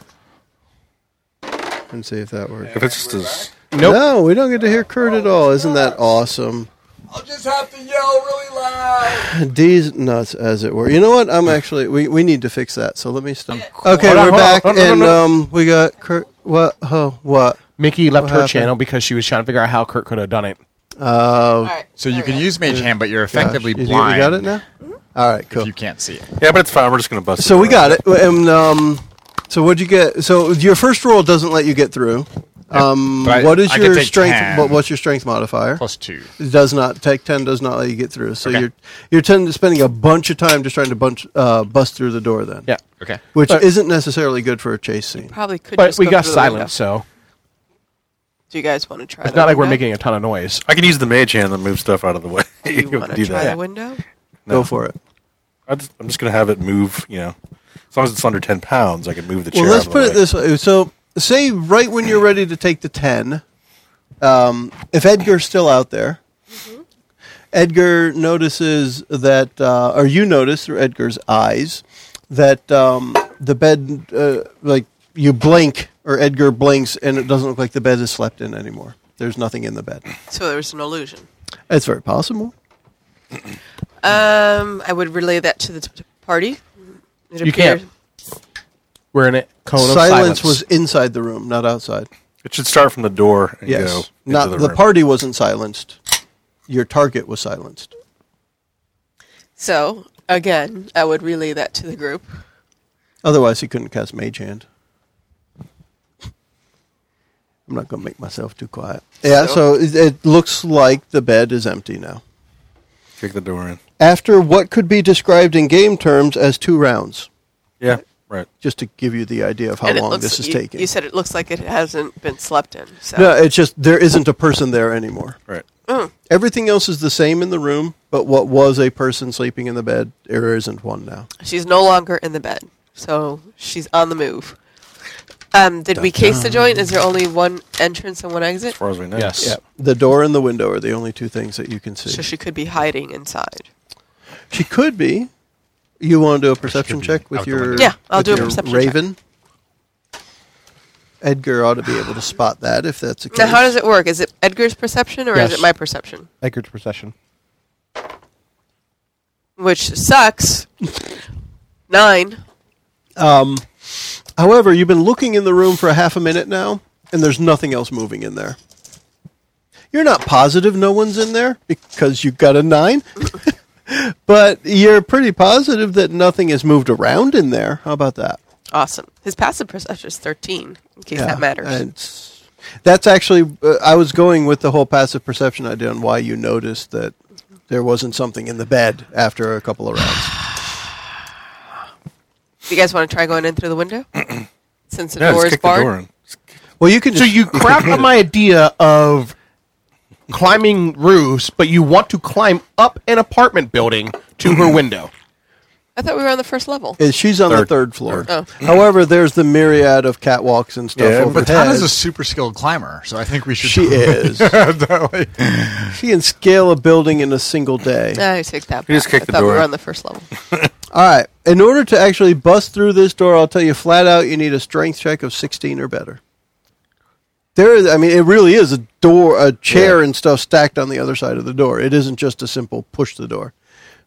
Speaker 1: and see if that works.
Speaker 4: If it's just as.
Speaker 3: Nope.
Speaker 1: No, we don't get to hear Kurt at all. Isn't that awesome?
Speaker 6: I'll just have to yell really loud.
Speaker 1: D's nuts, as it were. You know what? I'm actually we, we need to fix that. So let me stop. Okay,
Speaker 3: Hold on,
Speaker 1: we're
Speaker 3: hold on,
Speaker 1: back,
Speaker 3: hold on, hold
Speaker 1: and
Speaker 3: on, hold
Speaker 1: um, we got Kurt. What? Oh, what?
Speaker 3: Mickey left
Speaker 1: What
Speaker 3: her
Speaker 1: happened?
Speaker 3: channel because she was trying to figure out how Kurt could have done it.
Speaker 1: oh,
Speaker 2: All right.
Speaker 5: So you
Speaker 2: all
Speaker 5: can
Speaker 2: right.
Speaker 5: use mage hand, but you're effectively
Speaker 1: Gosh, you-
Speaker 5: blind.
Speaker 1: You got it now.
Speaker 6: Mm-hmm.
Speaker 1: All right,
Speaker 5: If
Speaker 1: cool.
Speaker 5: you can't see it.
Speaker 4: Yeah, but it's fine. We're just going to bust
Speaker 1: So
Speaker 4: it
Speaker 1: we
Speaker 4: around.
Speaker 1: got it, and um, so what'd you get? So your first roll doesn't let you get through. Um,
Speaker 4: Mm.
Speaker 5: but I-
Speaker 1: what is
Speaker 5: I could
Speaker 1: your
Speaker 5: take
Speaker 1: strength?
Speaker 5: 10.
Speaker 1: What, what's your strength modifier?
Speaker 5: Plus two.
Speaker 1: It does not take ten. Does not let you get through. So
Speaker 5: Okay.
Speaker 1: you're you're ten, spending a bunch of time just trying to bunch uh, bust through the door then.
Speaker 3: Yeah.
Speaker 5: Okay.
Speaker 1: which
Speaker 3: But-
Speaker 1: isn't necessarily good for a chase scene.
Speaker 2: Probably could.
Speaker 3: But
Speaker 2: just
Speaker 3: we
Speaker 2: go
Speaker 3: got
Speaker 2: through the window.
Speaker 3: silence, so
Speaker 2: Do you guys want to try?
Speaker 3: it's
Speaker 2: the
Speaker 3: not like we're
Speaker 2: window?
Speaker 3: making a ton of noise.
Speaker 4: I can use the mage hand to move stuff out of the way.
Speaker 2: Do Oh, you
Speaker 4: can
Speaker 2: want
Speaker 4: do
Speaker 2: to try
Speaker 4: that.
Speaker 2: the window?
Speaker 1: Go for it.
Speaker 4: I just, I'm just going to have it move, you know. As long as it's under 10 pounds, I can move the chair.
Speaker 1: Well, let's
Speaker 4: out of
Speaker 1: put
Speaker 4: the
Speaker 1: it
Speaker 4: way.
Speaker 1: this way. So, say right when you're ready to take the 10, um, if Edgar's still out there, Edgar notices that, uh, or you notice through Edgar's eyes, that um, the bed, uh, like you blink, or Edgar blinks, and it doesn't look like the bed is slept in anymore. There's nothing in the bed.
Speaker 2: So there's an illusion.
Speaker 1: It's very possible.
Speaker 2: Um, I would relay that to the t- party. It
Speaker 3: You can't.
Speaker 2: appeared-
Speaker 3: We're in a cone
Speaker 4: Oh,
Speaker 1: Silence,
Speaker 3: of silence.
Speaker 1: was inside the room, not outside.
Speaker 4: It should start from the door and go.
Speaker 1: Yes.
Speaker 4: into
Speaker 1: Not
Speaker 4: the,
Speaker 1: the
Speaker 4: room.
Speaker 1: party wasn't silenced. Your target was silenced.
Speaker 2: So again, I would relay that to the group.
Speaker 1: Otherwise, he couldn't cast Mage Hand. I'm not going to make myself too quiet. Yeah, so it, it looks like the bed is empty now.
Speaker 4: Kick the door in.
Speaker 1: After what could be described in game terms as two rounds,
Speaker 4: Yeah, right.
Speaker 1: just to give you the idea of how
Speaker 2: And it
Speaker 1: long
Speaker 2: looks-
Speaker 1: this is
Speaker 2: you,
Speaker 1: taking.
Speaker 2: You said it looks like it hasn't been slept in. So
Speaker 1: no, it's just there isn't a person there anymore.
Speaker 4: Right.
Speaker 1: Everything else is the same in the room, but what was a person sleeping in the bed, there isn't one now.
Speaker 2: she's no longer in the bed. So she's on the move. Um, did we case the joint? Is there only one entrance and one exit?
Speaker 4: As far as we know.
Speaker 3: yes.
Speaker 1: Yeah, the door and the window are the only two things that you can see.
Speaker 2: So she could be hiding inside.
Speaker 1: She could be. You want to do a perception check
Speaker 5: out
Speaker 1: with
Speaker 5: the
Speaker 1: your
Speaker 5: window.
Speaker 2: Yeah, I'll
Speaker 1: with
Speaker 2: do a
Speaker 1: your
Speaker 2: perception check.
Speaker 1: Raven. Edgar ought to be able to spot that if that's a case.
Speaker 2: Now, how does it work? Is it Edgar's perception or
Speaker 3: Yes.
Speaker 2: is it my perception?
Speaker 3: Edgar's procession.
Speaker 2: which sucks. Nine.
Speaker 1: Um, However, you've been looking in the room for a half a minute now, and there's nothing else moving in there. You're not positive no one's in there because you got a nine, but you're pretty positive that nothing has moved around in there. How about that?
Speaker 2: Awesome. His passive perception is 13, in case that matters.
Speaker 1: It's- that's actually, uh, I was going with the whole passive perception idea on why you noticed that there wasn't something in the bed after a couple of rounds.
Speaker 2: you guys want to try going in through the window? Since the
Speaker 4: Yeah,
Speaker 2: door
Speaker 4: just
Speaker 2: is
Speaker 4: kick the door
Speaker 2: barred?
Speaker 4: in.
Speaker 1: Well, you can
Speaker 3: So
Speaker 1: just,
Speaker 3: you crap on my idea of climbing roofs, but you want to climb up an apartment building to her window.
Speaker 2: I thought we were on the first level.
Speaker 1: And uh, she's on the
Speaker 4: Third.
Speaker 1: third floor.
Speaker 2: Third.
Speaker 1: However, therere's the myriad of catwalks and stuff
Speaker 4: Yeah, but
Speaker 5: But
Speaker 1: overhead.
Speaker 5: Tana's a super skilled climber, so I think we should.
Speaker 1: She is. she can scale a building in a single day.
Speaker 2: I take that back.
Speaker 4: You just kick
Speaker 2: I
Speaker 4: the
Speaker 2: thought we
Speaker 4: door
Speaker 2: were
Speaker 4: in.
Speaker 2: on the first level.
Speaker 1: All right. In order to actually bust through this door, I'll tell you flat out, you need a strength check of 16 or better. There is, I mean, it really is a door, a chair and stuff stacked on the other side of the door. It isn't just a simple push the door.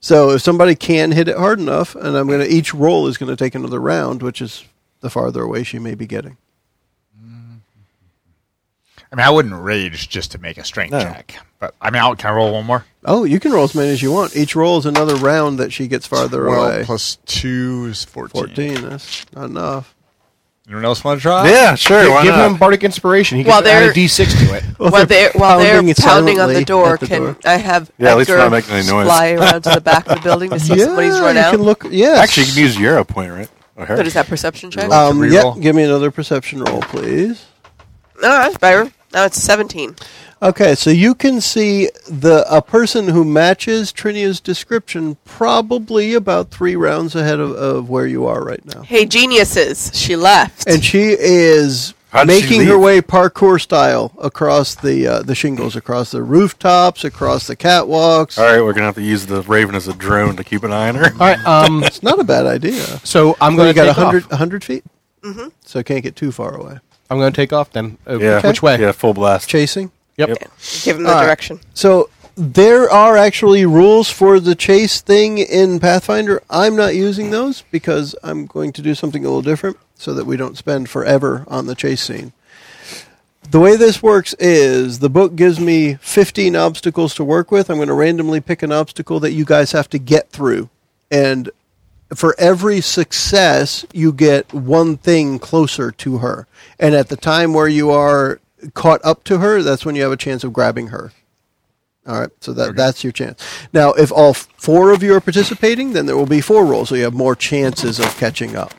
Speaker 1: So if somebody can hit it hard enough, and I'm going to, each roll is going to take another round, which is the farther away she may be getting.
Speaker 5: I mean, I wouldn't rage just to make a strength
Speaker 4: No.
Speaker 5: check, but I mean, I'll, can I roll one more?
Speaker 1: Oh, you can roll as many as you want. Each roll is another round that she gets farther away.
Speaker 5: Well, plus two is 14.
Speaker 1: 14. That's not enough.
Speaker 5: Anyone else want to try?
Speaker 4: Yeah, sure. Why
Speaker 3: Give
Speaker 4: not?
Speaker 3: him bardic inspiration. He
Speaker 2: While
Speaker 3: can add
Speaker 2: they're-
Speaker 3: a d6 to it.
Speaker 2: while they're, while they're
Speaker 1: pounding it
Speaker 2: pounding on
Speaker 1: silently
Speaker 2: the door,
Speaker 1: at the
Speaker 2: can
Speaker 1: door.
Speaker 2: I have
Speaker 4: Yeah, at least
Speaker 2: Edgar
Speaker 4: we're not making any noise.
Speaker 2: fly around to the back of the building to see if somebody's run
Speaker 1: you
Speaker 2: out?
Speaker 1: can look. Yes.
Speaker 4: Actually, you can use your point, right? Oh, Or her.
Speaker 2: What is that perception check?
Speaker 5: Uh,
Speaker 1: Um,
Speaker 5: Reroll.
Speaker 1: yeah, give me another perception roll, please.
Speaker 2: no, that's better. Now it's 17.
Speaker 1: Okay, so you can see the a person who matches Trinia's description probably about three rounds ahead of, of where you are right now.
Speaker 2: Hey, geniuses, she left.
Speaker 1: And she is
Speaker 4: How did she
Speaker 1: making her
Speaker 4: leave?
Speaker 1: way parkour style across the uh, the shingles, across the rooftops, across the catwalks.
Speaker 4: All right, we're gonna have to use the Raven as a drone to keep an eye on her.
Speaker 1: Uh,
Speaker 3: All right. Um,
Speaker 1: It's not a bad idea.
Speaker 3: so I'm
Speaker 1: Well,
Speaker 3: going
Speaker 1: you
Speaker 3: to
Speaker 1: got
Speaker 3: take
Speaker 1: 100,
Speaker 3: off.
Speaker 1: 100 feet, mm-hmm. so can't get too far away.
Speaker 3: I'm going to take off then. Uh,
Speaker 4: Yeah.
Speaker 3: Which way?
Speaker 4: Yeah, full blast.
Speaker 1: Chasing.
Speaker 3: Yep.
Speaker 4: Yep.
Speaker 2: Give him the
Speaker 1: All right.
Speaker 2: direction.
Speaker 1: So there are actually rules for the chase thing in Pathfinder. I'm not using those because I'm going to do something a little different so that we don't spend forever on the chase scene. The way this works is the book gives me 15 obstacles to work with. I'm going to randomly pick an obstacle that you guys have to get through. And for every success, you get one thing closer to her. And at the time where you are caught up to her, that's when you have a chance of grabbing her. All right, so that, that's your chance. Now, if all f- four of you are participating, then there will be four rolls, so you have more chances of catching up.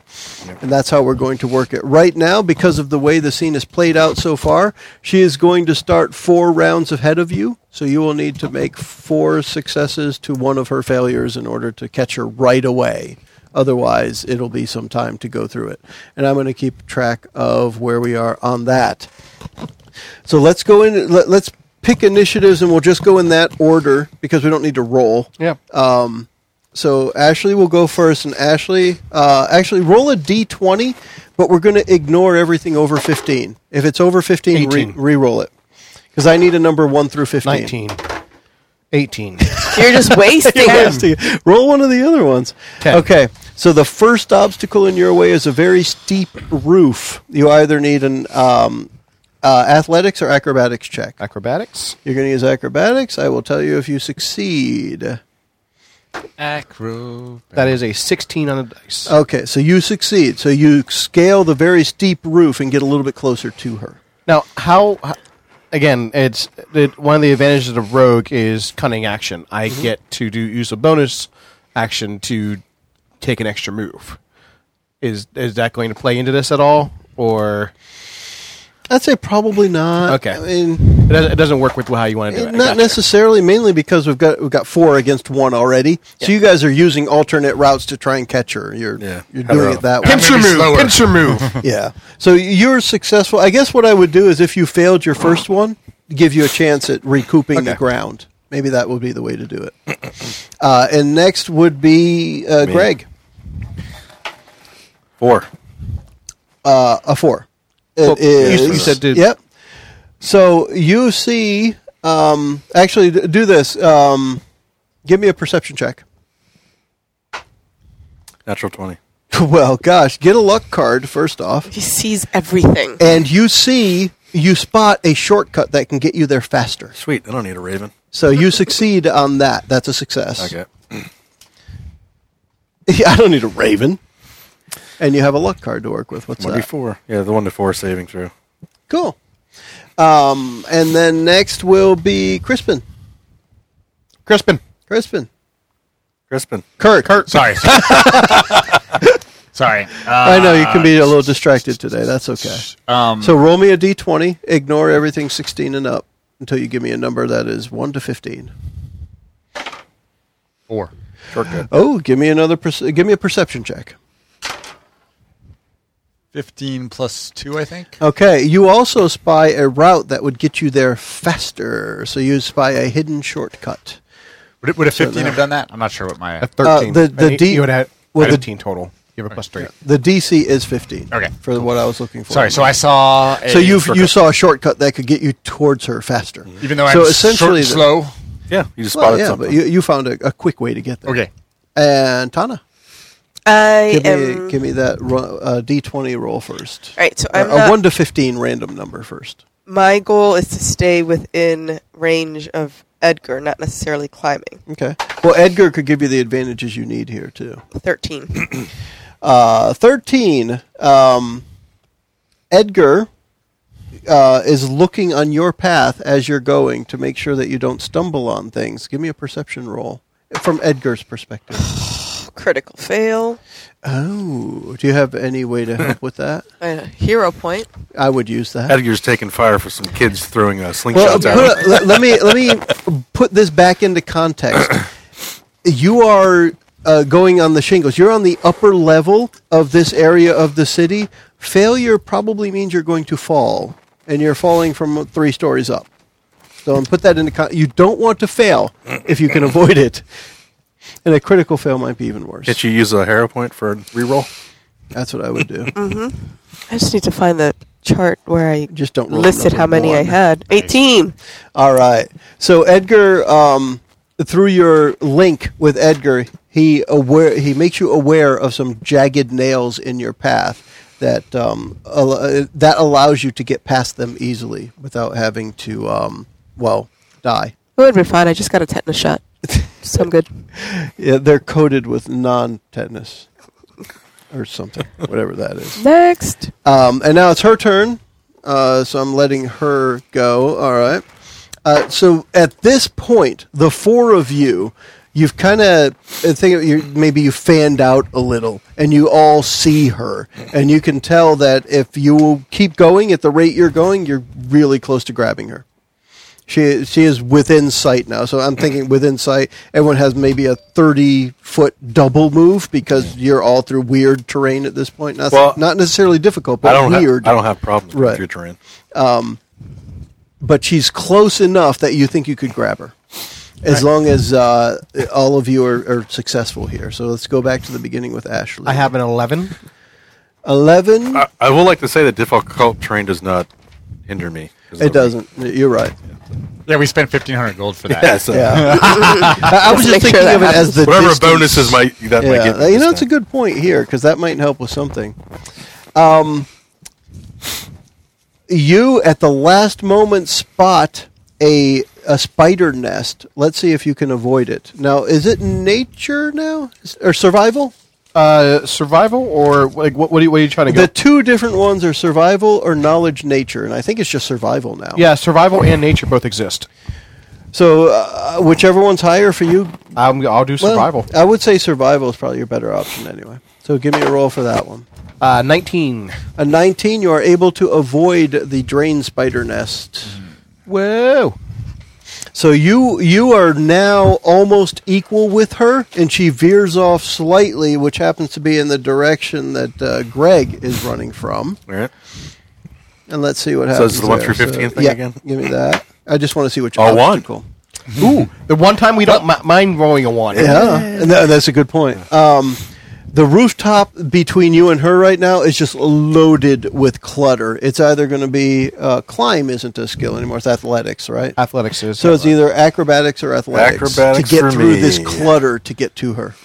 Speaker 1: And that's how we're going to work it. Right now, because of the way the scene is played out so far, she is going to start four rounds ahead of you, so you will need to make four successes to one of her failures in order to catch her right away. Otherwise, it'll be some time to go through it. And I'm going to keep track of where we are on that. So let's go in. Let, let's pick initiatives, and we'll just go in that order because we don't need to roll.
Speaker 3: Yeah.
Speaker 1: So Ashley will go first, and Ashley, uh, actually, roll a d20, but we're going to ignore everything over 15. If it's over 15, re-
Speaker 3: 18.
Speaker 1: re-roll it because I need a number one through 15.
Speaker 3: 19. 18.
Speaker 2: You're just wasting
Speaker 1: Yes,
Speaker 2: it.
Speaker 1: to- Roll one of the other ones.
Speaker 3: Ten.
Speaker 1: Okay. So the first obstacle in your way is a very steep roof. You either need an um, uh, athletics or acrobatics check.
Speaker 3: Acrobatics.
Speaker 1: You're going to use acrobatics. I will tell you if you succeed.
Speaker 5: Acro.
Speaker 3: That is a 16 on the dice.
Speaker 1: Okay, so you succeed. So you scale the very steep roof and get a little bit closer to her.
Speaker 3: Now, how? h- Again, it's it, one of the advantages of rogue is cunning action. I get to do use a bonus action to take an extra move. Is is that going to play into this at all, or
Speaker 1: I'd say probably not.
Speaker 3: Okay.
Speaker 1: I mean,
Speaker 3: it doesn't, it doesn't work with how you want to do it? I
Speaker 1: not
Speaker 3: gotcha.
Speaker 1: necessarily. Mainly because we've got we've got four against one already. So you guys are using alternate routes to try and catch her. You're
Speaker 4: Yeah.
Speaker 1: you're
Speaker 4: Have her
Speaker 1: doing it
Speaker 4: off.
Speaker 1: that way.
Speaker 5: Pinch
Speaker 3: Pincer
Speaker 5: Maybe
Speaker 3: move.
Speaker 5: slower.
Speaker 3: Pincer move.
Speaker 1: yeah. So you're successful. I guess what I would do is if you failed your first one, give you a chance at recouping the
Speaker 3: Okay.
Speaker 1: ground. Maybe that would be the way to do it. Uh, and next would be uh,
Speaker 4: Me.
Speaker 1: Greg,
Speaker 4: Four.
Speaker 1: uh, a four. It
Speaker 3: Well,
Speaker 1: is-
Speaker 3: you, you said dude.
Speaker 1: Yep. So you see, um, actually, d- do this. Um, give me a perception check.
Speaker 4: Natural 20.
Speaker 1: Well, gosh, get a luck card first off.
Speaker 2: He sees everything.
Speaker 1: and you see you spot a shortcut that can get you there faster.
Speaker 4: Sweet. I don't need a raven.
Speaker 1: So you succeed on that. That's a success.
Speaker 4: Okay.
Speaker 1: Yeah, I don't need a raven. And you have a luck card to work with. What's
Speaker 4: One
Speaker 1: that?
Speaker 4: to four. Yeah, the one to four saving throw.
Speaker 1: Cool. Um, and then next will be Crispin.
Speaker 5: Crispin.
Speaker 1: Crispin.
Speaker 4: Crispin.
Speaker 1: Kurt. Kurt.
Speaker 5: Sorry. Sorry. Uh,
Speaker 1: I know you can be a little distracted today. That's okay.
Speaker 5: um,
Speaker 1: So roll me a d20. Ignore everything 16 and up until you give me a number that is 1 to 15.
Speaker 5: four.
Speaker 4: Shortcut.
Speaker 1: Oh, give me another perce- give me a perception check.
Speaker 5: 15 plus two, I think.
Speaker 1: Okay, you also spy a route that would get you there faster. So you spy a hidden shortcut.
Speaker 5: Would, it, would a 15 have done that? I'm not sure what my.
Speaker 3: At thirteen,
Speaker 1: uh, the- the
Speaker 3: And you-
Speaker 1: D-
Speaker 3: you would have
Speaker 1: well, the-
Speaker 3: fifteen total. You have a plus three.
Speaker 1: The DC is 15.
Speaker 5: Okay,
Speaker 1: For what I was looking for.
Speaker 5: Sorry, so I saw. A
Speaker 1: So you you
Speaker 5: shortcut.
Speaker 1: saw a shortcut that could get you towards her faster.
Speaker 5: Mm-hmm. Even though
Speaker 1: so
Speaker 5: I'm
Speaker 1: essentially
Speaker 5: essentially
Speaker 1: the-
Speaker 5: slow.
Speaker 4: Yeah, you just
Speaker 1: Well,
Speaker 4: spotted
Speaker 1: yeah,
Speaker 4: something.
Speaker 1: but you, you found a, a quick way to get there.
Speaker 5: Okay.
Speaker 1: And Tana,
Speaker 2: I
Speaker 1: give
Speaker 2: am.
Speaker 1: me give me that ro- uh, D20 roll first.
Speaker 2: um, all right, so
Speaker 1: A-
Speaker 2: I'm
Speaker 1: a
Speaker 2: not,
Speaker 1: 1 to 15 random number first.
Speaker 2: my goal is to stay within range of Edgar, not necessarily climbing.
Speaker 1: Okay. Well, Edgar could give you the advantages you need here too.
Speaker 2: 13.
Speaker 1: Uh, 13. Um, Edgar uh, is looking on your path as you're going to make sure that you don't stumble on things. Give me a perception roll from Edgar's perspective.
Speaker 2: Critical fail.
Speaker 1: Oh, do you have any way to help with that?
Speaker 2: A hero point.
Speaker 1: I would use that.
Speaker 4: Edgar's taking fire for some kids throwing uh, slingshots
Speaker 1: Well,
Speaker 4: at him.
Speaker 1: put a- let, let me let me put this back into context. You are uh, going on the shingles. You're on the upper level of this area of the city. Failure probably means you're going to fall, and you're falling from three stories up. So, and put that into con- you don't want to fail if you can avoid it. And a critical fail might be even worse.
Speaker 4: Can't you use a hero point for a reroll?
Speaker 1: That's what I would do.
Speaker 2: I just need to find the chart where I
Speaker 1: Just don't roll
Speaker 2: listed
Speaker 1: number
Speaker 2: how many I
Speaker 1: one.
Speaker 2: had. 18.
Speaker 1: All right. So Edgar, um, through your link with Edgar, he aware he makes you aware of some jagged nails in your path that um, al- uh, that allows you to get past them easily without having to um, well die.
Speaker 2: It would be fine. I just got a tetanus shot. So I'm good.
Speaker 1: Yeah, they're coated with non-tetanus or something, whatever that is.
Speaker 2: Next.
Speaker 1: Um, and now it's her turn, uh, so I'm letting her go. All right. Uh, so at this point, the four of you, you've kind of think you maybe you fanned out a little, and you all see her, and you can tell that if you keep going at the rate you're going, you're really close to grabbing her. She she is within sight now. So I'm thinking within sight. Everyone has maybe a thirty foot double move because you're all through weird terrain at this point. Not
Speaker 4: Well,
Speaker 1: not necessarily difficult, but
Speaker 4: I don't.
Speaker 1: weird.
Speaker 4: Have, I don't have problems
Speaker 1: Right.
Speaker 4: with your terrain.
Speaker 1: but she's close enough that you think you could grab her. As long as uh, all of you are, are successful here. So let's go back to the beginning with Ashley.
Speaker 3: I have an eleven.
Speaker 1: 11.
Speaker 4: I, I will like to say that difficult terrain does not hinder me.
Speaker 1: it doesn't. You're right.
Speaker 5: Yeah, we spent 1,500 gold for that.
Speaker 4: Yeah. So
Speaker 1: Yeah. I, I was just
Speaker 2: make sure
Speaker 1: thinking
Speaker 2: that
Speaker 1: of it as
Speaker 2: happens.
Speaker 1: the
Speaker 4: Whatever
Speaker 1: distance.
Speaker 4: bonuses might that might
Speaker 1: yeah,
Speaker 4: get. me
Speaker 1: you know,
Speaker 4: this
Speaker 1: it's a
Speaker 4: time.
Speaker 1: good point here because that might help with something. Um, you at the last moment spot a a spider nest. Let's see if you can avoid it. Now, is it nature now S- or survival?
Speaker 3: Uh, survival or like what? What are you, what are you trying to go?
Speaker 1: The two different ones are survival or knowledge nature, and I think it's just survival now.
Speaker 3: yeah, survival and nature both exist.
Speaker 1: So uh, whichever one's higher for you,
Speaker 3: Um, I'll do
Speaker 1: well, uh,
Speaker 3: survival.
Speaker 1: I would say survival is probably your better option anyway. So give me a roll for that one.
Speaker 3: Uh, Nineteen.
Speaker 1: A 19, you are able to avoid the drain spider nest.
Speaker 3: Whoa.
Speaker 1: So you you are now almost equal with her, and she veers off slightly, which happens to be in the direction that uh, Greg is running from.
Speaker 4: All right.
Speaker 1: And let's see what
Speaker 4: So
Speaker 1: happens.
Speaker 4: it's the one
Speaker 1: there.
Speaker 4: through 15 thing
Speaker 1: yeah,
Speaker 4: again?
Speaker 1: Give me that. I just want to see which
Speaker 4: Oh, one.
Speaker 1: obstacle.
Speaker 3: Ooh, the one time we don't mi- mind rolling a one.
Speaker 1: Yeah, and tha- that's a good point. Um, the rooftop between you and her right now is just loaded with clutter. It's either going to be uh, climb isn't a skill anymore; it's athletics, right?
Speaker 3: Athletics is.
Speaker 1: So it's either acrobatics or athletics
Speaker 4: Acrobatics
Speaker 1: to get
Speaker 4: for
Speaker 1: through
Speaker 4: me.
Speaker 1: this clutter to get to her.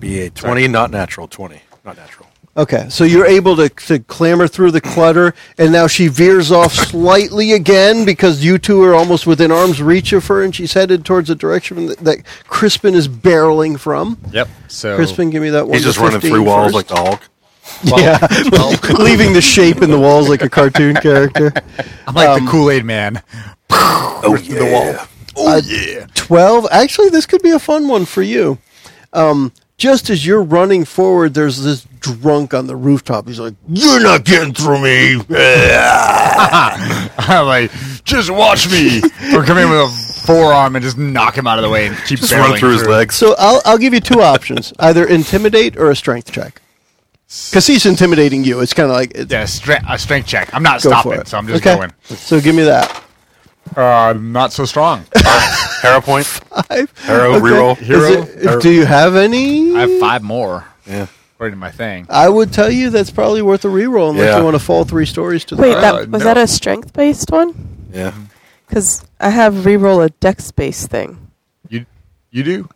Speaker 4: Be a twenty, not natural. Twenty, not natural.
Speaker 1: Okay, so you're able to, to clamber through the clutter, and now she veers off slightly again because you two are almost within arm's reach of her, and she's headed towards the direction that, that Crispin is barreling from.
Speaker 5: Yep. So
Speaker 1: Crispin, give me that one.
Speaker 4: He's
Speaker 1: to
Speaker 4: just running
Speaker 1: 15
Speaker 4: through walls
Speaker 1: first.
Speaker 4: like the Hulk.
Speaker 1: yeah, leaving the shape in the walls like a cartoon character.
Speaker 5: I'm like
Speaker 1: um,
Speaker 5: the Kool Aid Man.
Speaker 4: Oh, yeah. the wall.
Speaker 1: Uh,
Speaker 4: Oh,
Speaker 1: 12. Actually, this could be a fun one for you. Um, just as you're running forward, there's this drunk on the rooftop. He's like, You're not getting through me.
Speaker 5: I'm like, just watch me, or come in with a forearm and just knock him out of the way and keep
Speaker 4: Just run
Speaker 5: barreling
Speaker 4: through his legs.
Speaker 1: so I'll, I'll give you two options either intimidate or a strength check. Because he's intimidating you. It's kind of like, it-
Speaker 5: Yeah, stre- a strength check. I'm not
Speaker 1: Go for
Speaker 5: stopping,
Speaker 1: it.
Speaker 5: so I'm just
Speaker 1: okay.
Speaker 5: going.
Speaker 1: So give me that.
Speaker 5: Uh, I'm not so strong.
Speaker 4: Hero point.
Speaker 1: Five.
Speaker 4: Arrow, reroll.
Speaker 1: Is
Speaker 5: Hero?
Speaker 1: it-
Speaker 4: Arrow.
Speaker 1: do you have any?
Speaker 5: I have five more
Speaker 4: Yeah.
Speaker 5: according to my thing.
Speaker 1: I would tell you that's probably worth a reroll unless
Speaker 4: Yeah.
Speaker 1: you want to fall three stories to the
Speaker 2: Wait,
Speaker 5: Uh,
Speaker 2: that was
Speaker 5: no.
Speaker 2: that a strength based one?
Speaker 4: Yeah.
Speaker 2: Because I have reroll a dex based thing.
Speaker 5: You you do?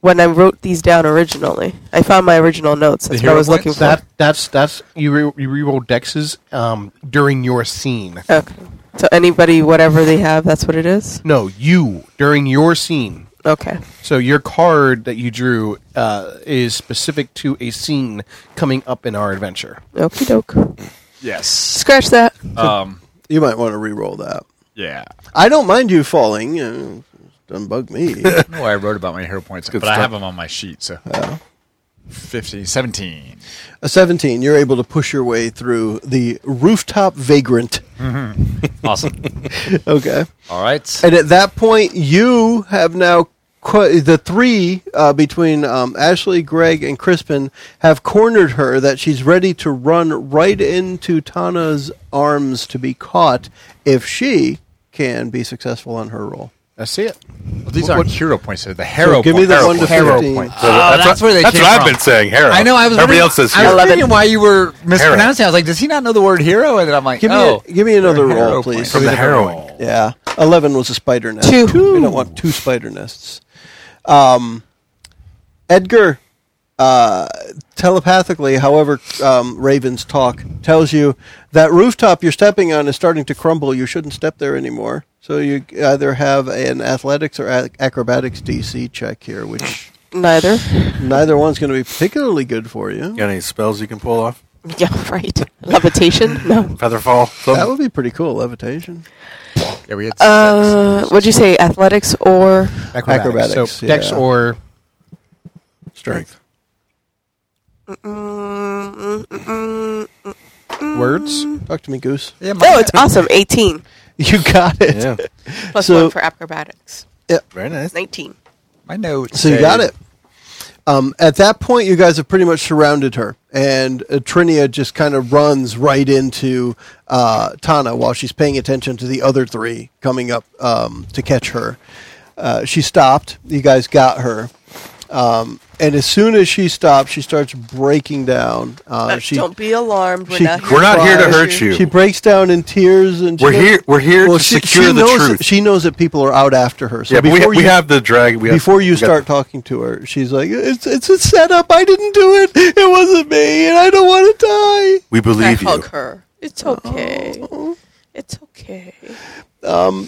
Speaker 2: When I wrote these down originally, I found my original notes. That's what I
Speaker 5: hero
Speaker 2: was looking
Speaker 5: points?
Speaker 2: for.
Speaker 3: That that's that's you re- you reroll dexes um, during your scene.
Speaker 2: Okay. So anybody, whatever they have, that's what it is.
Speaker 3: No, you during your scene.
Speaker 2: Okay.
Speaker 3: So your card that you drew uh, is specific to a scene coming up in our adventure.
Speaker 2: Okie doke.
Speaker 5: Yes.
Speaker 2: Scratch that.
Speaker 5: Um.
Speaker 1: You might want to reroll that.
Speaker 5: Yeah.
Speaker 1: I don't mind you falling. Uh, doesn't bug me.
Speaker 5: I don't know what I wrote about my hero points, but I
Speaker 4: stuff.
Speaker 5: have them on my sheet. So. 15, 17.
Speaker 1: A 17, you're able to push your way through the rooftop vagrant.
Speaker 5: Awesome.
Speaker 1: Okay.
Speaker 5: All right.
Speaker 1: And at that point, you have now, qu- the three uh, between um, Ashley, Greg, and Crispin have cornered her that she's ready to run right into Tana's arms to be caught if she can be successful on her roll.
Speaker 3: I see it.
Speaker 5: Well, these aren't hero points; they're the hero.
Speaker 1: give me the
Speaker 5: points.
Speaker 1: one to
Speaker 5: Hero
Speaker 1: 15.
Speaker 5: points.
Speaker 4: So
Speaker 5: that's
Speaker 4: what-
Speaker 5: where they
Speaker 4: That's
Speaker 5: came
Speaker 4: what I've
Speaker 5: from.
Speaker 4: been saying. Hero.
Speaker 5: I know. I was.
Speaker 4: Everybody
Speaker 5: wondering-
Speaker 4: else says
Speaker 5: I was
Speaker 4: hero.
Speaker 5: wondering why you were mispronouncing. I was like, does he not know the word hero? And then I'm like,
Speaker 1: Give me,
Speaker 5: oh,
Speaker 1: a, give me another
Speaker 5: hero
Speaker 1: roll,
Speaker 5: point.
Speaker 1: please.
Speaker 4: from the harrowing.
Speaker 1: Yeah, eleven was a spider nest.
Speaker 2: Two.
Speaker 1: We don't want two spider nests. Um, Edgar, uh, telepathically, however, um, Raven's talk tells you that rooftop you're stepping on is starting to crumble. You shouldn't step there anymore. So you either have an athletics or ac- acrobatics DC check here, which
Speaker 2: Neither.
Speaker 1: neither one's going to be particularly good for you.
Speaker 4: Got any spells you can pull off?
Speaker 2: Yeah, right. Levitation? No.
Speaker 4: Featherfall.
Speaker 1: That
Speaker 4: Something?
Speaker 1: would be pretty cool. Levitation,
Speaker 5: Yeah, we had
Speaker 2: Uh, what'd you say? Athletics or
Speaker 1: acrobatics,
Speaker 3: so dex
Speaker 1: yeah.
Speaker 3: or
Speaker 4: Strength.
Speaker 3: words.
Speaker 1: talk to me, Goose.
Speaker 5: Yeah, my-
Speaker 2: No, Oh, it's awesome. 18
Speaker 1: You got it.
Speaker 4: Yeah.
Speaker 2: plus
Speaker 1: So-
Speaker 2: one for acrobatics.
Speaker 4: Very nice.
Speaker 2: 19.
Speaker 5: my notes.
Speaker 1: So you
Speaker 5: say-
Speaker 1: got it. Um, at that point, you guys have pretty much surrounded her, and uh, Trinia just kind of runs right into uh, Tana while she's paying attention to the other three coming up um, to catch her. Uh, she stopped. You guys got her, um, and as soon as she stops, she starts breaking down. Uh,
Speaker 2: Uh,
Speaker 1: she
Speaker 2: don't be alarmed. We're
Speaker 1: she-
Speaker 2: not here,
Speaker 4: We're not here to
Speaker 2: crush
Speaker 4: hurt you.
Speaker 1: she breaks down in tears, and she
Speaker 4: We're
Speaker 1: doesn't-
Speaker 4: here. We're here
Speaker 1: Well,
Speaker 4: to
Speaker 1: she,
Speaker 4: secure
Speaker 1: she
Speaker 4: the
Speaker 1: knows
Speaker 4: truth.
Speaker 1: That, she knows that people are out after her. So
Speaker 4: yeah, but we,
Speaker 1: before
Speaker 4: we
Speaker 1: you-
Speaker 4: have the drag. We have-
Speaker 1: before you
Speaker 4: we got-
Speaker 1: start talking to her, she's like, "It's it's a setup. I didn't do it. It wasn't me, and I don't want to die."
Speaker 4: we
Speaker 2: I
Speaker 4: believe you.
Speaker 2: hug her. It's okay. It's okay. Um,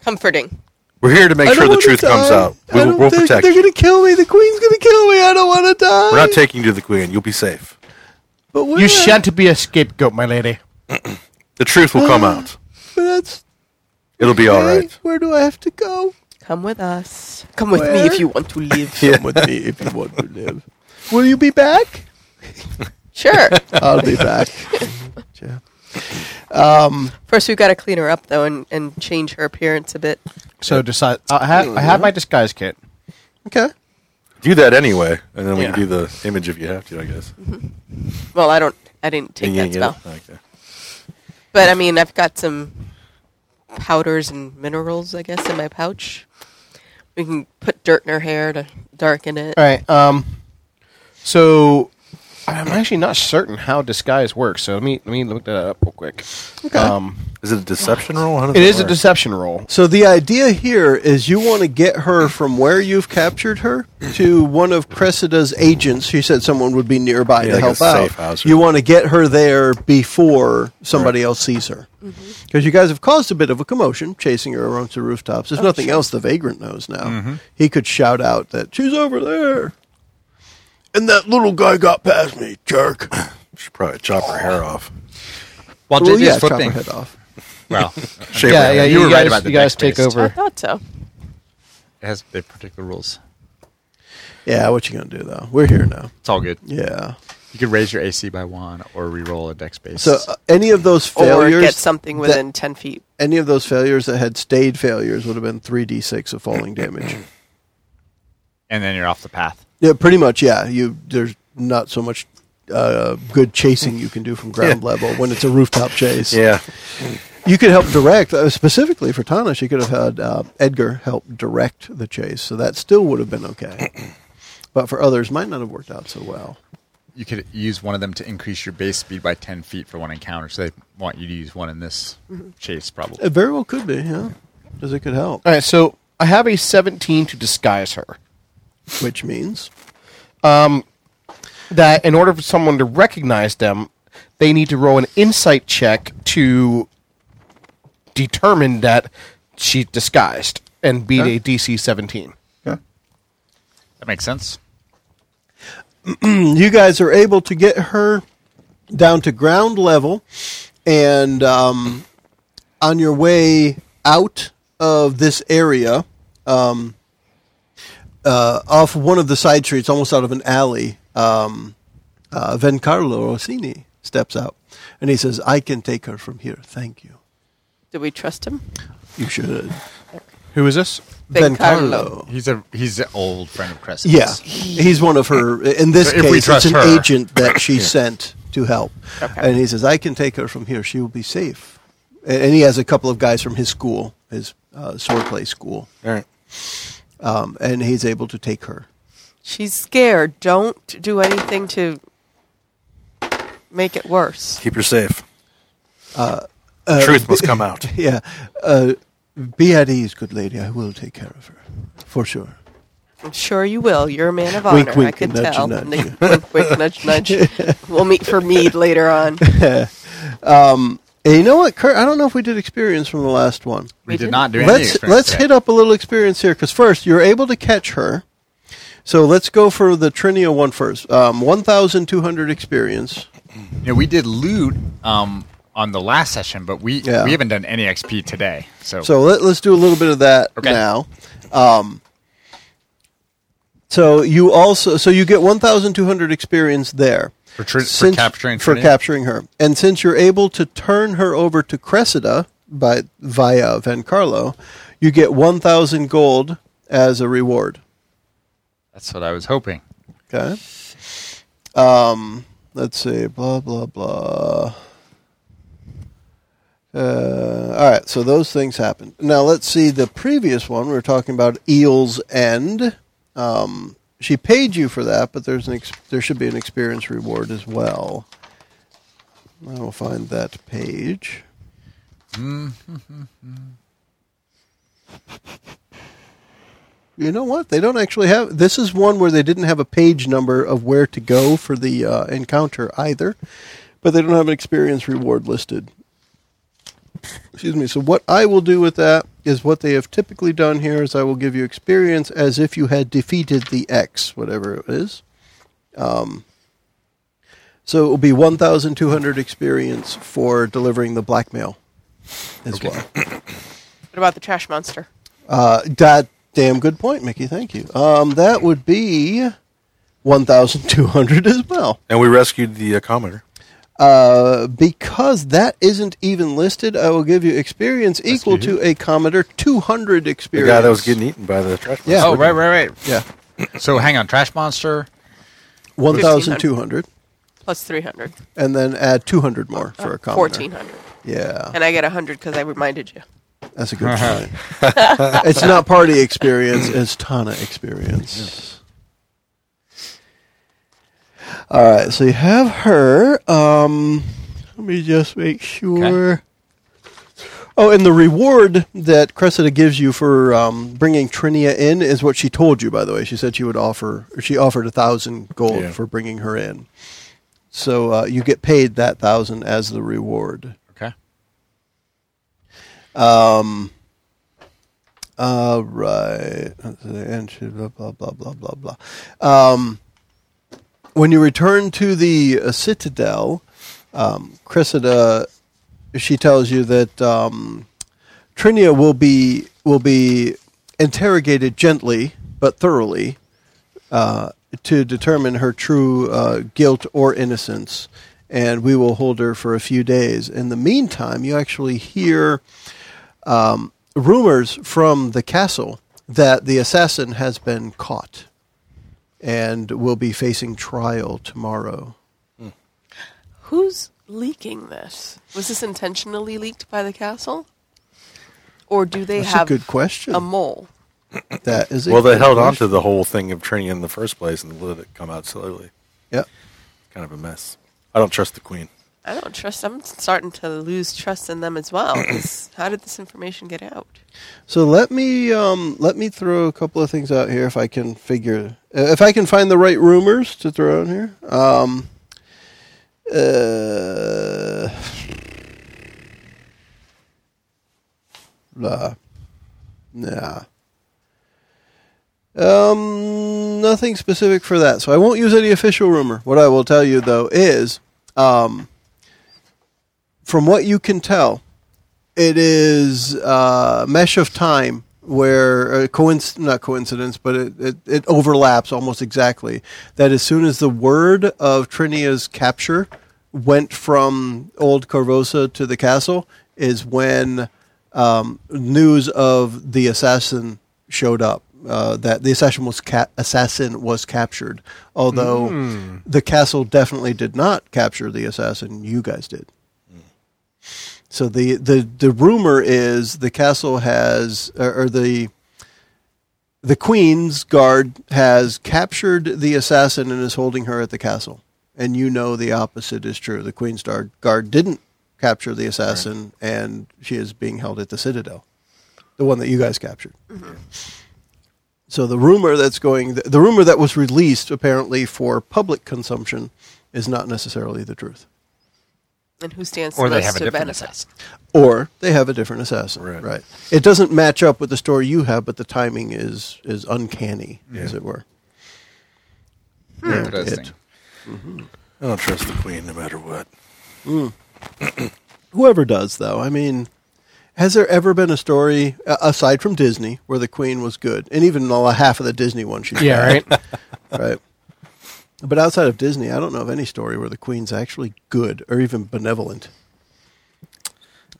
Speaker 2: Comforting.
Speaker 4: We're here to make
Speaker 1: I
Speaker 4: sure
Speaker 1: don't
Speaker 4: the
Speaker 1: wanna
Speaker 4: truth comes
Speaker 1: die.
Speaker 4: out.
Speaker 1: I
Speaker 4: We'll,
Speaker 1: don't-
Speaker 4: we'll
Speaker 1: they're,
Speaker 4: protect
Speaker 1: They're
Speaker 4: you.
Speaker 1: gonna kill me. The queen's gonna kill me. I don't want to die.
Speaker 4: We're not taking you to the queen. You'll be safe.
Speaker 1: but where?
Speaker 3: You shan't be a scapegoat, my lady.
Speaker 4: The truth will come out.
Speaker 1: But that's
Speaker 4: It'll be all
Speaker 1: okay.
Speaker 4: right.
Speaker 1: Where do I have to go?
Speaker 2: Come with us. Come with me if you want to live.
Speaker 1: Come with me if you want to live. Will you be back?
Speaker 2: Sure.
Speaker 1: I'll be back. Yeah.
Speaker 2: First, we've got to clean her up, though, and, and change her appearance a bit.
Speaker 3: So decide. I have, I have my disguise kit.
Speaker 1: Okay.
Speaker 4: Do that anyway, and then we
Speaker 3: Yeah.
Speaker 4: can do the image if you have to. I guess.
Speaker 2: Well, I don't. I didn't take
Speaker 4: You can
Speaker 2: that
Speaker 4: get it?
Speaker 2: spell.
Speaker 4: Okay.
Speaker 2: But I mean, I've got some powders and minerals, I guess, in my pouch. We can put dirt in her hair to darken it.
Speaker 3: All right. Um. So I'm actually not certain how disguise works. So let me let me look that up real quick.
Speaker 1: Okay.
Speaker 3: Um.
Speaker 4: Is it a deception roll? How does
Speaker 3: It is a
Speaker 4: work?
Speaker 3: deception roll.
Speaker 1: So the idea here is you want to get her from where you've captured her to one of Cressida's agents. She said someone would be nearby
Speaker 4: Yeah,
Speaker 1: to
Speaker 4: like a
Speaker 1: help out.
Speaker 4: safe house or-
Speaker 1: You want to get her there before somebody else sees her. Because you guys have caused a bit of a commotion chasing her around to rooftops. There's nothing else the vagrant knows now.
Speaker 4: Mm-hmm.
Speaker 1: He could shout out that she's over there. And that little guy got past me, jerk.
Speaker 4: Should probably chop her hair off.
Speaker 5: While
Speaker 1: Well,
Speaker 5: JJ's
Speaker 1: yeah, chop her
Speaker 5: flipping.
Speaker 1: head off.
Speaker 5: Well,
Speaker 4: Shave her
Speaker 3: Yeah,
Speaker 4: head.
Speaker 3: yeah, you,
Speaker 5: were right
Speaker 3: guys,
Speaker 5: about the
Speaker 3: you guys
Speaker 5: deck
Speaker 3: take
Speaker 5: based.
Speaker 2: I
Speaker 3: over.
Speaker 2: thought so.
Speaker 5: it has their particular rules.
Speaker 1: Yeah, what you gonna do though? We're here now.
Speaker 5: It's all good.
Speaker 1: Yeah.
Speaker 5: You could raise your AC by one or re-roll a dex base.
Speaker 1: So uh, any of those
Speaker 2: Or
Speaker 1: failures
Speaker 2: get something
Speaker 1: that-
Speaker 2: within ten feet.
Speaker 1: any of those failures that had stayed failures would have been 3d6 of falling damage.
Speaker 5: and then you're off the path.
Speaker 1: yeah, pretty much. Yeah, you there's not so much uh, good chasing you can do from ground level when it's a rooftop chase.
Speaker 4: yeah.
Speaker 1: You could help direct uh, specifically for Tana. She could have had uh, Edgar help direct the chase, so that still would have been okay. But for others, might not have worked out so well.
Speaker 5: You could use one of them to increase your base speed by ten feet for one encounter. So they want you to use one in this
Speaker 1: Mm-hmm.
Speaker 5: chase, probably.
Speaker 1: It very well could be, yeah, because it could help.
Speaker 2: Uh,
Speaker 3: All right, so I have a 17 to disguise her.
Speaker 1: Which means
Speaker 3: That in order for someone to recognize them, they need to roll an insight check to determine that she's disguised and beat a DC 17.
Speaker 5: That makes sense.
Speaker 1: you guys are able to get her down to ground level and um, on your way out of this area um, uh, off one of the side streets almost out of an alley um, uh, vencarlo rossini steps out and he says i can take her from here thank you
Speaker 2: Do we trust him?
Speaker 1: you should
Speaker 3: Who is this?
Speaker 2: Vencarlo.
Speaker 5: He's a he's an old friend of Crescent's.
Speaker 1: Yeah, he's one of her. In this
Speaker 5: So if we
Speaker 1: case, it's
Speaker 5: trust
Speaker 1: an
Speaker 5: her-
Speaker 1: agent that she sent to help, and he says, "I can take her from here. She will be safe." And, and he has a couple of guys from his school, his uh, swordplay school,
Speaker 4: All right.
Speaker 1: um, and he's able to take her.
Speaker 2: She's scared. Don't do anything to make it worse.
Speaker 4: Keep her safe. Uh, Truth must come out.
Speaker 1: Yeah, uh, be at ease, good lady. I will take care of her for sure.
Speaker 2: I'm sure you will. You're a man of honor.
Speaker 1: Wink, wink,
Speaker 2: I can
Speaker 1: nudge,
Speaker 2: tell.
Speaker 1: nudge.
Speaker 2: wink, wink, nudge, nudge. We'll meet for mead later on.
Speaker 1: And you know what, Kurt? I don't know if we did experience from the last one.
Speaker 5: we, did not do anything.
Speaker 1: let's let's hit up a little experience here because first you're able to catch her so let's go for the trinia one first um, 1200 experience
Speaker 5: You know, we did loot um, on the last session, but we
Speaker 1: Yeah.
Speaker 5: we haven't done any XP today. So,
Speaker 1: so let, us do a little bit of that
Speaker 5: Okay.
Speaker 1: now um, so you also so you get 1200 experience there
Speaker 5: For Trin- for capturing
Speaker 1: for
Speaker 5: Trinia?
Speaker 1: capturing her and since you're able to turn her over to cressida by via van carlo you get 1000 gold as a reward
Speaker 5: that's what I was hoping.
Speaker 1: Okay. Um, let's see. Blah blah blah. Uh, all right. So those things happened. Now let's see the previous one. We were talking about Eel's End. Um, she paid you for that, but there's an ex- there should be an experience reward as well. I will find that page. You know what? They don't actually have. This is one where they didn't have a page number of where to go for the uh, encounter either, but they don't have an experience reward listed. Excuse me. So what I will do with that is what they have typically done here is I will give you experience as if you had defeated the X, whatever it is. Um, so it will be one thousand two hundred experience for delivering the blackmail, as well.
Speaker 2: What about the trash monster?
Speaker 1: Uh, that damn good point, Mickey. Thank you. Um, that would be one thousand two hundred as well,
Speaker 4: And we rescued the uh, commoner.
Speaker 1: uh, because that isn't even listed. I will give you experience equal to a Commodore two hundred
Speaker 4: The
Speaker 1: experience.
Speaker 4: guy that was getting eaten by the trash
Speaker 1: Yeah.
Speaker 5: Oh, right, right, right.
Speaker 1: yeah,
Speaker 5: So hang on, trash monster.
Speaker 1: one thousand two hundred,
Speaker 2: Plus 300.
Speaker 1: and then add two hundred more for a Commodore.
Speaker 2: 1400.
Speaker 1: Yeah,
Speaker 2: And I get 100 because I reminded you.
Speaker 1: that's a good point. it's not party experience; it's Tana experience. All right, so you have her. Um, let me just make sure. Oh, and the reward that Cressida gives you for um, bringing Trinia in is what she told you. By the way, she said she would offer. Or she offered a thousand gold
Speaker 4: Yeah.
Speaker 1: for bringing her in. So uh, you get paid that thousand as the reward.
Speaker 5: Okay.
Speaker 1: All right. And she- blah blah blah blah blah blah. Um, when you return to the uh, citadel, um, Cressida, she tells you that um, Trinia will be will be interrogated gently but thoroughly uh, to determine her true uh, guilt or innocence, and we will hold her for a few days. In the meantime, you actually hear rumors from the castle that the assassin has been caught and will be facing trial tomorrow.
Speaker 2: Who's leaking this? Was this intentionally leaked by the castle, or do they
Speaker 1: That's
Speaker 2: have
Speaker 1: a good question.
Speaker 2: a mole?
Speaker 1: that is a
Speaker 4: Well, they
Speaker 1: good
Speaker 4: held on to
Speaker 1: question.
Speaker 4: the whole thing of Trini in the first place and let it come out slowly.
Speaker 1: Yep.
Speaker 4: Kind of a mess. I don't trust the queen.
Speaker 2: I don't trust. I'm starting to lose trust in them as well. 'cause how did this information get out?
Speaker 1: So let me um, let me throw a couple of things out here if I can figure uh, if I can find the right rumors to throw in here. Um, uh, blah. Nah. Um, nothing specific for that. So I won't use any official rumor. What I will tell you though is, um, from what you can tell, it is uh, mesh of time where uh, coinc- not coincidence but it, it, it overlaps almost exactly that as soon as the word of trinia's capture went from old corvosa to the castle is when um, news of the assassin showed up uh, that the assassin was ca- assassin was captured although the castle definitely did not capture the assassin you guys did so the the the rumor is the castle has or, or the the queen's guard has captured the assassin and is holding her at the castle. And you know the opposite is true. The queen's guard guard didn't capture the assassin, and she is being held at the citadel, the one that you guys captured. So the rumor that's going the, the rumor that was released apparently for public consumption is not necessarily the truth.
Speaker 2: And who stands
Speaker 5: Or
Speaker 2: to
Speaker 5: they
Speaker 2: list
Speaker 5: have a
Speaker 2: to
Speaker 5: different
Speaker 2: benefit?
Speaker 5: assassin.
Speaker 1: or they have a different assassin.
Speaker 4: Right.
Speaker 1: It doesn't match up with the story you have, but the timing is is uncanny, as it were. Yeah,
Speaker 5: Hmm. Interesting.
Speaker 1: it-
Speaker 4: I don't trust the queen no matter what.
Speaker 1: Whoever does, though, I mean, has there ever been a story a- aside from Disney where the Queen was good, and even the half of the Disney one she's
Speaker 3: Yeah,
Speaker 1: bad,
Speaker 3: right.
Speaker 1: right? But outside of Disney, I don't know of any story where the Queen's actually good or even benevolent.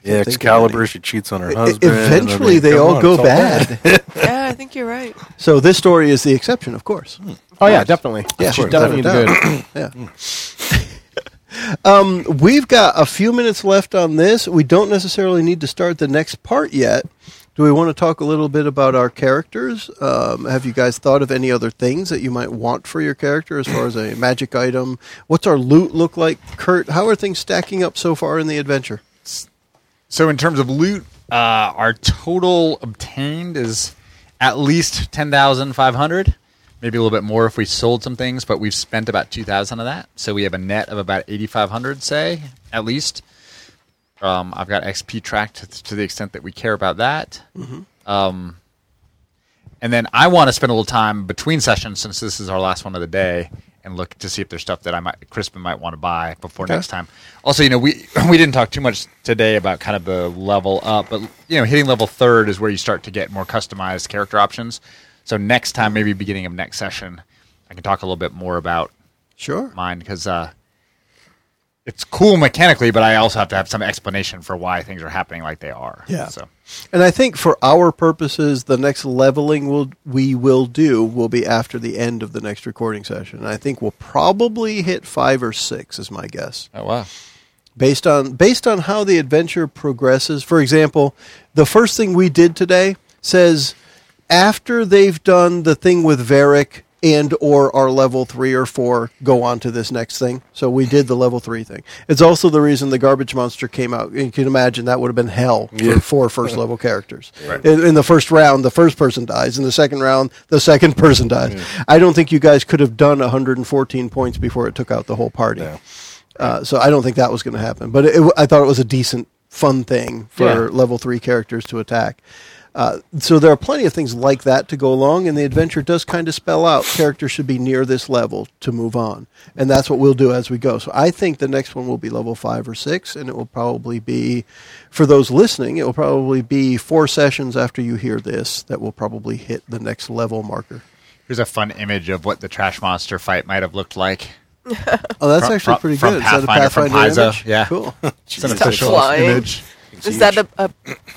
Speaker 4: Yeah,
Speaker 1: think of
Speaker 4: Excalibur, she cheats on her
Speaker 1: I-
Speaker 4: husband.
Speaker 1: E-, Eventually,
Speaker 4: I mean,
Speaker 1: they
Speaker 4: come
Speaker 1: all
Speaker 4: on,
Speaker 1: go
Speaker 4: it's
Speaker 1: bad.
Speaker 2: yeah, I think you're right.
Speaker 1: so this story is the exception, of course.
Speaker 4: Hmm.
Speaker 3: Oh yeah, definitely.
Speaker 1: Yeah,
Speaker 3: she's
Speaker 1: sure,
Speaker 3: definitely
Speaker 1: without a
Speaker 3: good.
Speaker 1: Yeah. um, we've got a few minutes left on this. We don't necessarily need to start the next part yet. Do we want to talk a little bit about our characters? Um, have you guys thought of any other things that you might want for your character as far as a magic item? What's our loot look like, Kurt? How are things stacking up so far in the adventure?
Speaker 5: So in terms of loot, uh, our total obtained is at least ten thousand five hundred, maybe a little bit more if we sold some things, but we've spent about two thousand of that. So we have a net of about eighty five hundred, say at least. Um, I've got XP tracked to, to the extent that we care about that. Um, and then I want to spend a little time between sessions since this is our last one of the day and look to see if there's stuff that I might Crispin might want to buy before next time. Also, you know, we we didn't talk too much today about kind of the level up, but you know, hitting level third is where you start to get more customized character options. So next time, maybe beginning of next session, I can talk a little bit more about
Speaker 1: Sure.
Speaker 5: mine because uh, it's cool mechanically, but I also have to have some explanation for why things are happening like they are.
Speaker 1: Yeah.
Speaker 5: So
Speaker 1: And I think for our purposes, the next leveling we'll, we will do will be after the end of the next recording session. And I think we'll probably hit five or six, is my guess.
Speaker 5: oh wow.
Speaker 1: based on based on how the adventure progresses. For example, the first thing we did today says after they've done the thing with Varric, and or are level three or four go on to this next thing. So we did the level three thing. It's also the reason the garbage monster came out. You can imagine that would have been hell for four first level characters. In, in the first round, the first person dies. In the second round, the second person dies. I don't think you guys could have done 114 points before it took out the whole party. Uh, so I don't think that was going to happen. But it, I thought it was a decent, fun thing for
Speaker 5: Yeah.
Speaker 1: level three characters to attack. Uh, so there are plenty of things like that to go along, and the adventure does kind of spell out characters should be near this level to move on, and that's what we'll do as we go. So I think the next one will be level five or six, and it will probably be, for those listening, it will probably be four sessions after you hear this that will probably hit the next level marker.
Speaker 5: Here's a fun image of what the trash monster fight might have looked like.
Speaker 1: Oh, that's
Speaker 5: From-
Speaker 1: actually
Speaker 5: from-
Speaker 1: pretty
Speaker 5: from
Speaker 1: good. Is that a
Speaker 5: Pathfinder, from
Speaker 1: Pathfinder
Speaker 5: Paizo,
Speaker 1: image?
Speaker 5: yeah.
Speaker 1: cool.
Speaker 5: It's an
Speaker 2: Just stop
Speaker 5: official
Speaker 2: flying.
Speaker 5: image.
Speaker 2: Is that a, a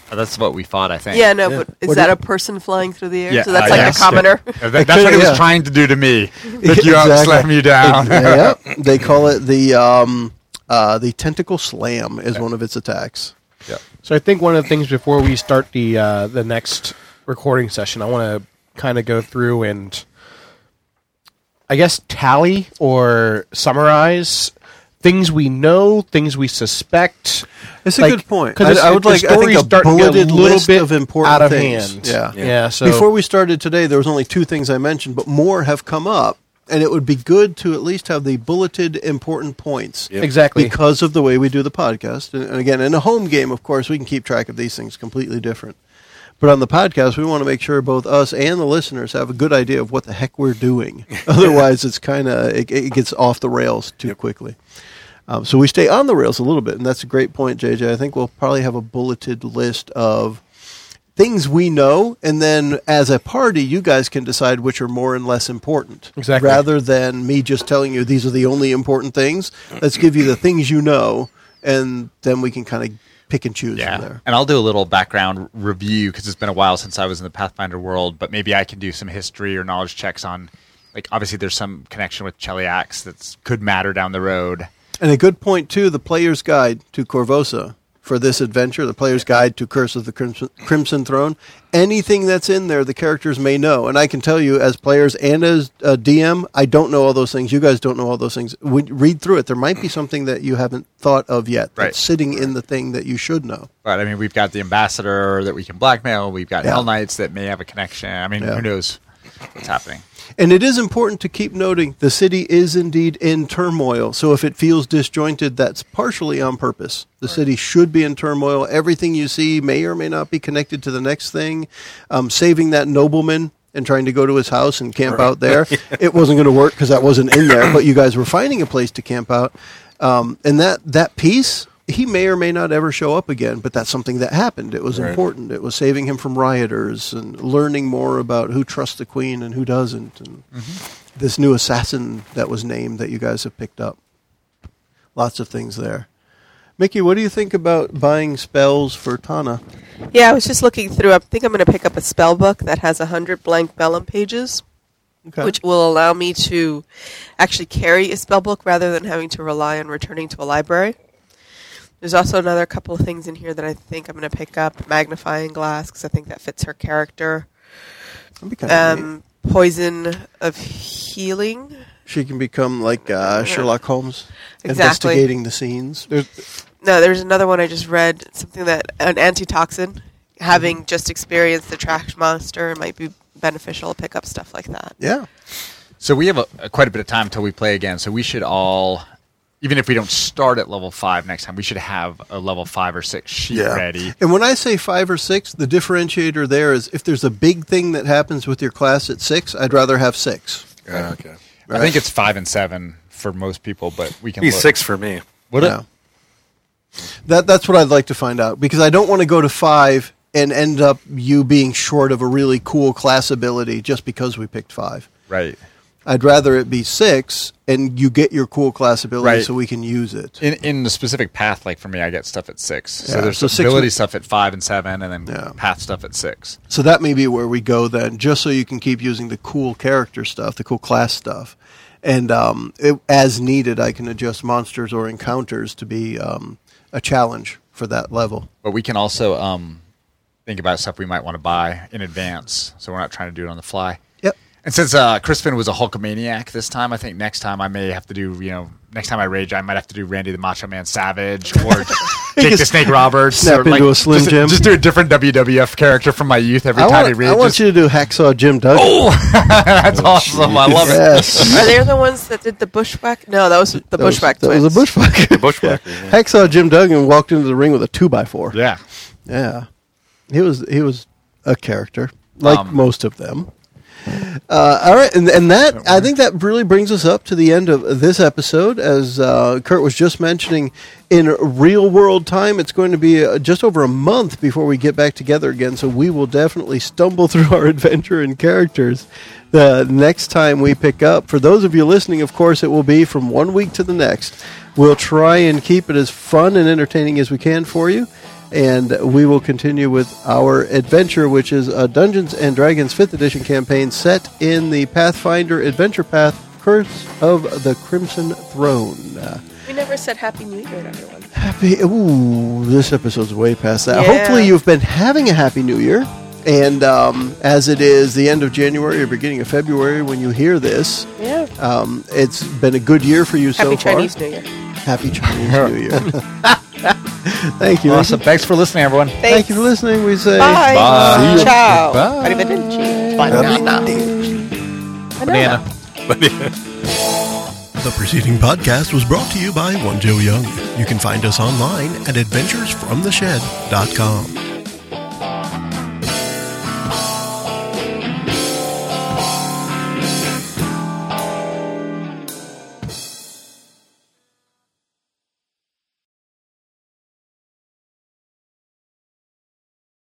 Speaker 5: Oh, that's what we thought, I think.
Speaker 2: yeah? No, but is
Speaker 1: What do
Speaker 2: that
Speaker 1: you-
Speaker 2: a person flying through the air?
Speaker 5: Yeah,
Speaker 2: so that's
Speaker 5: uh,
Speaker 2: like
Speaker 5: yes.
Speaker 2: a commoner.
Speaker 5: Uh, that- that's
Speaker 1: could-
Speaker 5: what he
Speaker 1: yeah.
Speaker 5: was trying to do to me. Pick you up,
Speaker 1: Exactly.
Speaker 5: slam you down.
Speaker 1: yeah, yep. they call it the um, uh, the tentacle slam is one of its attacks.
Speaker 3: So I think one of the things before we start the uh, the next recording session, I want to kind of go through and I guess tally or summarize things we know, things we suspect.
Speaker 1: It's a good point.
Speaker 3: 'cause
Speaker 1: I, I
Speaker 3: it's-
Speaker 1: would
Speaker 3: the
Speaker 1: like I think
Speaker 3: story's
Speaker 1: a
Speaker 3: starting to get
Speaker 1: bulleted
Speaker 3: little
Speaker 1: list
Speaker 3: bit
Speaker 1: of important
Speaker 3: out of
Speaker 1: things.
Speaker 3: hand.
Speaker 1: Yeah.
Speaker 3: yeah. Uh, so
Speaker 1: Before we started today, there was only two things I mentioned, but more have come up, and it would be good to at least have the bulleted important points.
Speaker 3: exactly
Speaker 1: Because of the way we do the podcast. And, and again, in a home game, of course, we can keep track of these things completely different. But on the podcast, we want to make sure both us and the listeners have a good idea of what the heck we're doing. Otherwise, it's kind of, it, it gets off the rails too quickly. Um, so we stay on the rails a little bit, and that's a great point, JJ. I think we'll probably have a bulleted list of things we know, and then as a party, you guys can decide which are more and less important.
Speaker 3: Exactly.
Speaker 1: Rather than me just telling you these are the only important things, let's give you the things you know, and then we can kind of pick and choose from
Speaker 5: Yeah.
Speaker 1: there.
Speaker 5: And I'll do a little background r- review because it's been a while since I was in the Pathfinder world, but maybe I can do some history or knowledge checks on, like, obviously there's some connection with Cheliax that could matter down the road.
Speaker 1: And a good point too: the player's guide to Corvosa for this adventure, the player's guide to Curse of the Crimson, Crimson Throne. Anything that's in there, the characters may know, and I can tell you, as players and as a DM, I don't know all those things. You guys don't know all those things. When you read through it, there might be something that you haven't thought of yet
Speaker 5: Right.
Speaker 1: that's sitting in the thing that you should know.
Speaker 5: But I mean, we've got the ambassador that we can blackmail. We've got
Speaker 1: Yeah.
Speaker 5: Hell Knights that may have a connection. I mean,
Speaker 1: Yeah.
Speaker 5: who knows what's happening?
Speaker 1: And it is important to keep noting the city is indeed in turmoil. So if it feels disjointed, that's partially on purpose. The city should be in turmoil. Everything you see may or may not be connected to the next thing. Um, saving that nobleman and trying to go to his house and camp out there, it wasn't going to work because that wasn't in there. But you guys were finding a place to camp out, um, and that that piece. He may or may not ever show up again, but that's something that happened. It was important. It was saving him from rioters and learning more about who trusts the queen and who doesn't. And this new assassin that was named that you guys have picked up. Lots of things there. Mickey, what do you think about buying spells for Tana?
Speaker 2: Yeah, I was just looking through. I think I'm going to pick up a spell book that has 100 blank vellum pages,
Speaker 1: Okay.
Speaker 2: which will allow me to actually carry a spell book rather than having to rely on returning to a library. There's also another couple of things in here that I think I'm going to pick up magnifying glass because I think that fits her character.
Speaker 1: That'd be kinda neat.
Speaker 2: Um, poison of healing.
Speaker 1: she can become like uh, Sherlock Holmes,
Speaker 2: Exactly.
Speaker 1: investigating the scenes.
Speaker 2: No, there's another one I just read. Something that an antitoxin.
Speaker 1: Mm-hmm.
Speaker 2: Having just experienced the trash monster might be beneficial to pick up stuff like that.
Speaker 1: Yeah,
Speaker 5: So we have a, a quite a bit of time till we play again. So we should all, even if we don't start at level five next time, we should have a level five or six sheet ready.
Speaker 1: And when I say five or six, the differentiator there is if there's a big thing that happens with your class at six, I'd rather have six.
Speaker 4: Ah, okay.
Speaker 5: I think it's five and seven for most people, but we can
Speaker 4: Be
Speaker 5: look.
Speaker 4: six for me.
Speaker 5: What
Speaker 1: Yeah. That that's what I'd like to find out because I don't want to go to five and end up you being short of a really cool class ability just because we picked five.
Speaker 5: Right.
Speaker 1: I'd rather it be six and you get your cool class ability
Speaker 5: Right.
Speaker 1: so we can use it.
Speaker 5: In in the specific path, like for me, I get stuff at six.
Speaker 1: Yeah,
Speaker 5: So there's
Speaker 1: so six
Speaker 5: ability
Speaker 1: would-
Speaker 5: stuff at five and seven, and then
Speaker 1: Yeah.
Speaker 5: path stuff at six.
Speaker 1: So that may be where we go then, just so you can keep using the cool character stuff, the cool class stuff. And um, it, as needed, I can adjust monsters or encounters to be um, a challenge for that level.
Speaker 5: But we can also um, think about stuff we might want to buy in advance, so we're not trying to do it on the fly.
Speaker 1: Yep.
Speaker 5: And since uh, Crispin was a Hulkamaniac this time, I think next time I may have to do, you know, next time I rage, I might have to do Randy the Macho Man Savage or Jake the Snake Roberts.
Speaker 1: snap
Speaker 5: or,
Speaker 1: into a Slim
Speaker 5: just,
Speaker 1: Jim.
Speaker 5: Just do a different WWF character from my youth every
Speaker 1: I
Speaker 5: time I
Speaker 1: want,
Speaker 5: rage.
Speaker 1: I want
Speaker 5: Just-
Speaker 1: you to do Hacksaw Jim Duggan.
Speaker 5: That's awesome. I love it.
Speaker 1: yes.
Speaker 2: Are they the ones that did the bushwhack? No, that was the
Speaker 1: That was-
Speaker 2: bushwhack
Speaker 1: That
Speaker 2: twins.
Speaker 1: was a bushwhack.
Speaker 4: Bushwhacker. yeah.
Speaker 1: Hacksaw Jim Duggan walked into the ring with a two by four.
Speaker 5: Yeah.
Speaker 1: Yeah, he was he was a character like
Speaker 5: Um,
Speaker 1: most of them. Uh, all right, and, and that I think that really brings us up to the end of this episode. As uh, Kurt was just mentioning, in real world time, it's going to be uh, just over a month before we get back together again. So we will definitely stumble through our adventure and characters the next time we pick up. For those of you listening, of course, it will be from one week to the next. We'll try and keep it as fun and entertaining as we can for you and we will continue with our adventure, which is a Dungeons and Dragons 5th edition campaign set in the Pathfinder Adventure Path Curse of the Crimson Throne. Uh,
Speaker 2: we never said Happy New Year to everyone.
Speaker 1: happy, ooh, this episode's way past that.
Speaker 2: Yeah.
Speaker 1: Hopefully, you've been having a Happy New Year. And um, as it is the end of January or beginning of February when you hear this,
Speaker 2: Yeah.
Speaker 1: um, it's been a good year for you
Speaker 2: Happy
Speaker 1: so far.
Speaker 2: Chinese New Year.
Speaker 1: Happy Chinese New Year. Thank you.
Speaker 5: Awesome. Thanks for listening, everyone.
Speaker 1: Thank you for listening. We say
Speaker 2: Bye.
Speaker 4: Bye. See ya.
Speaker 2: Ciao.
Speaker 5: Bye.
Speaker 2: Arrivederci. Banana.
Speaker 5: Banana.
Speaker 3: The preceding podcast was brought to you by One Joe Young. You can find us online at adventuresfromtheshed.com.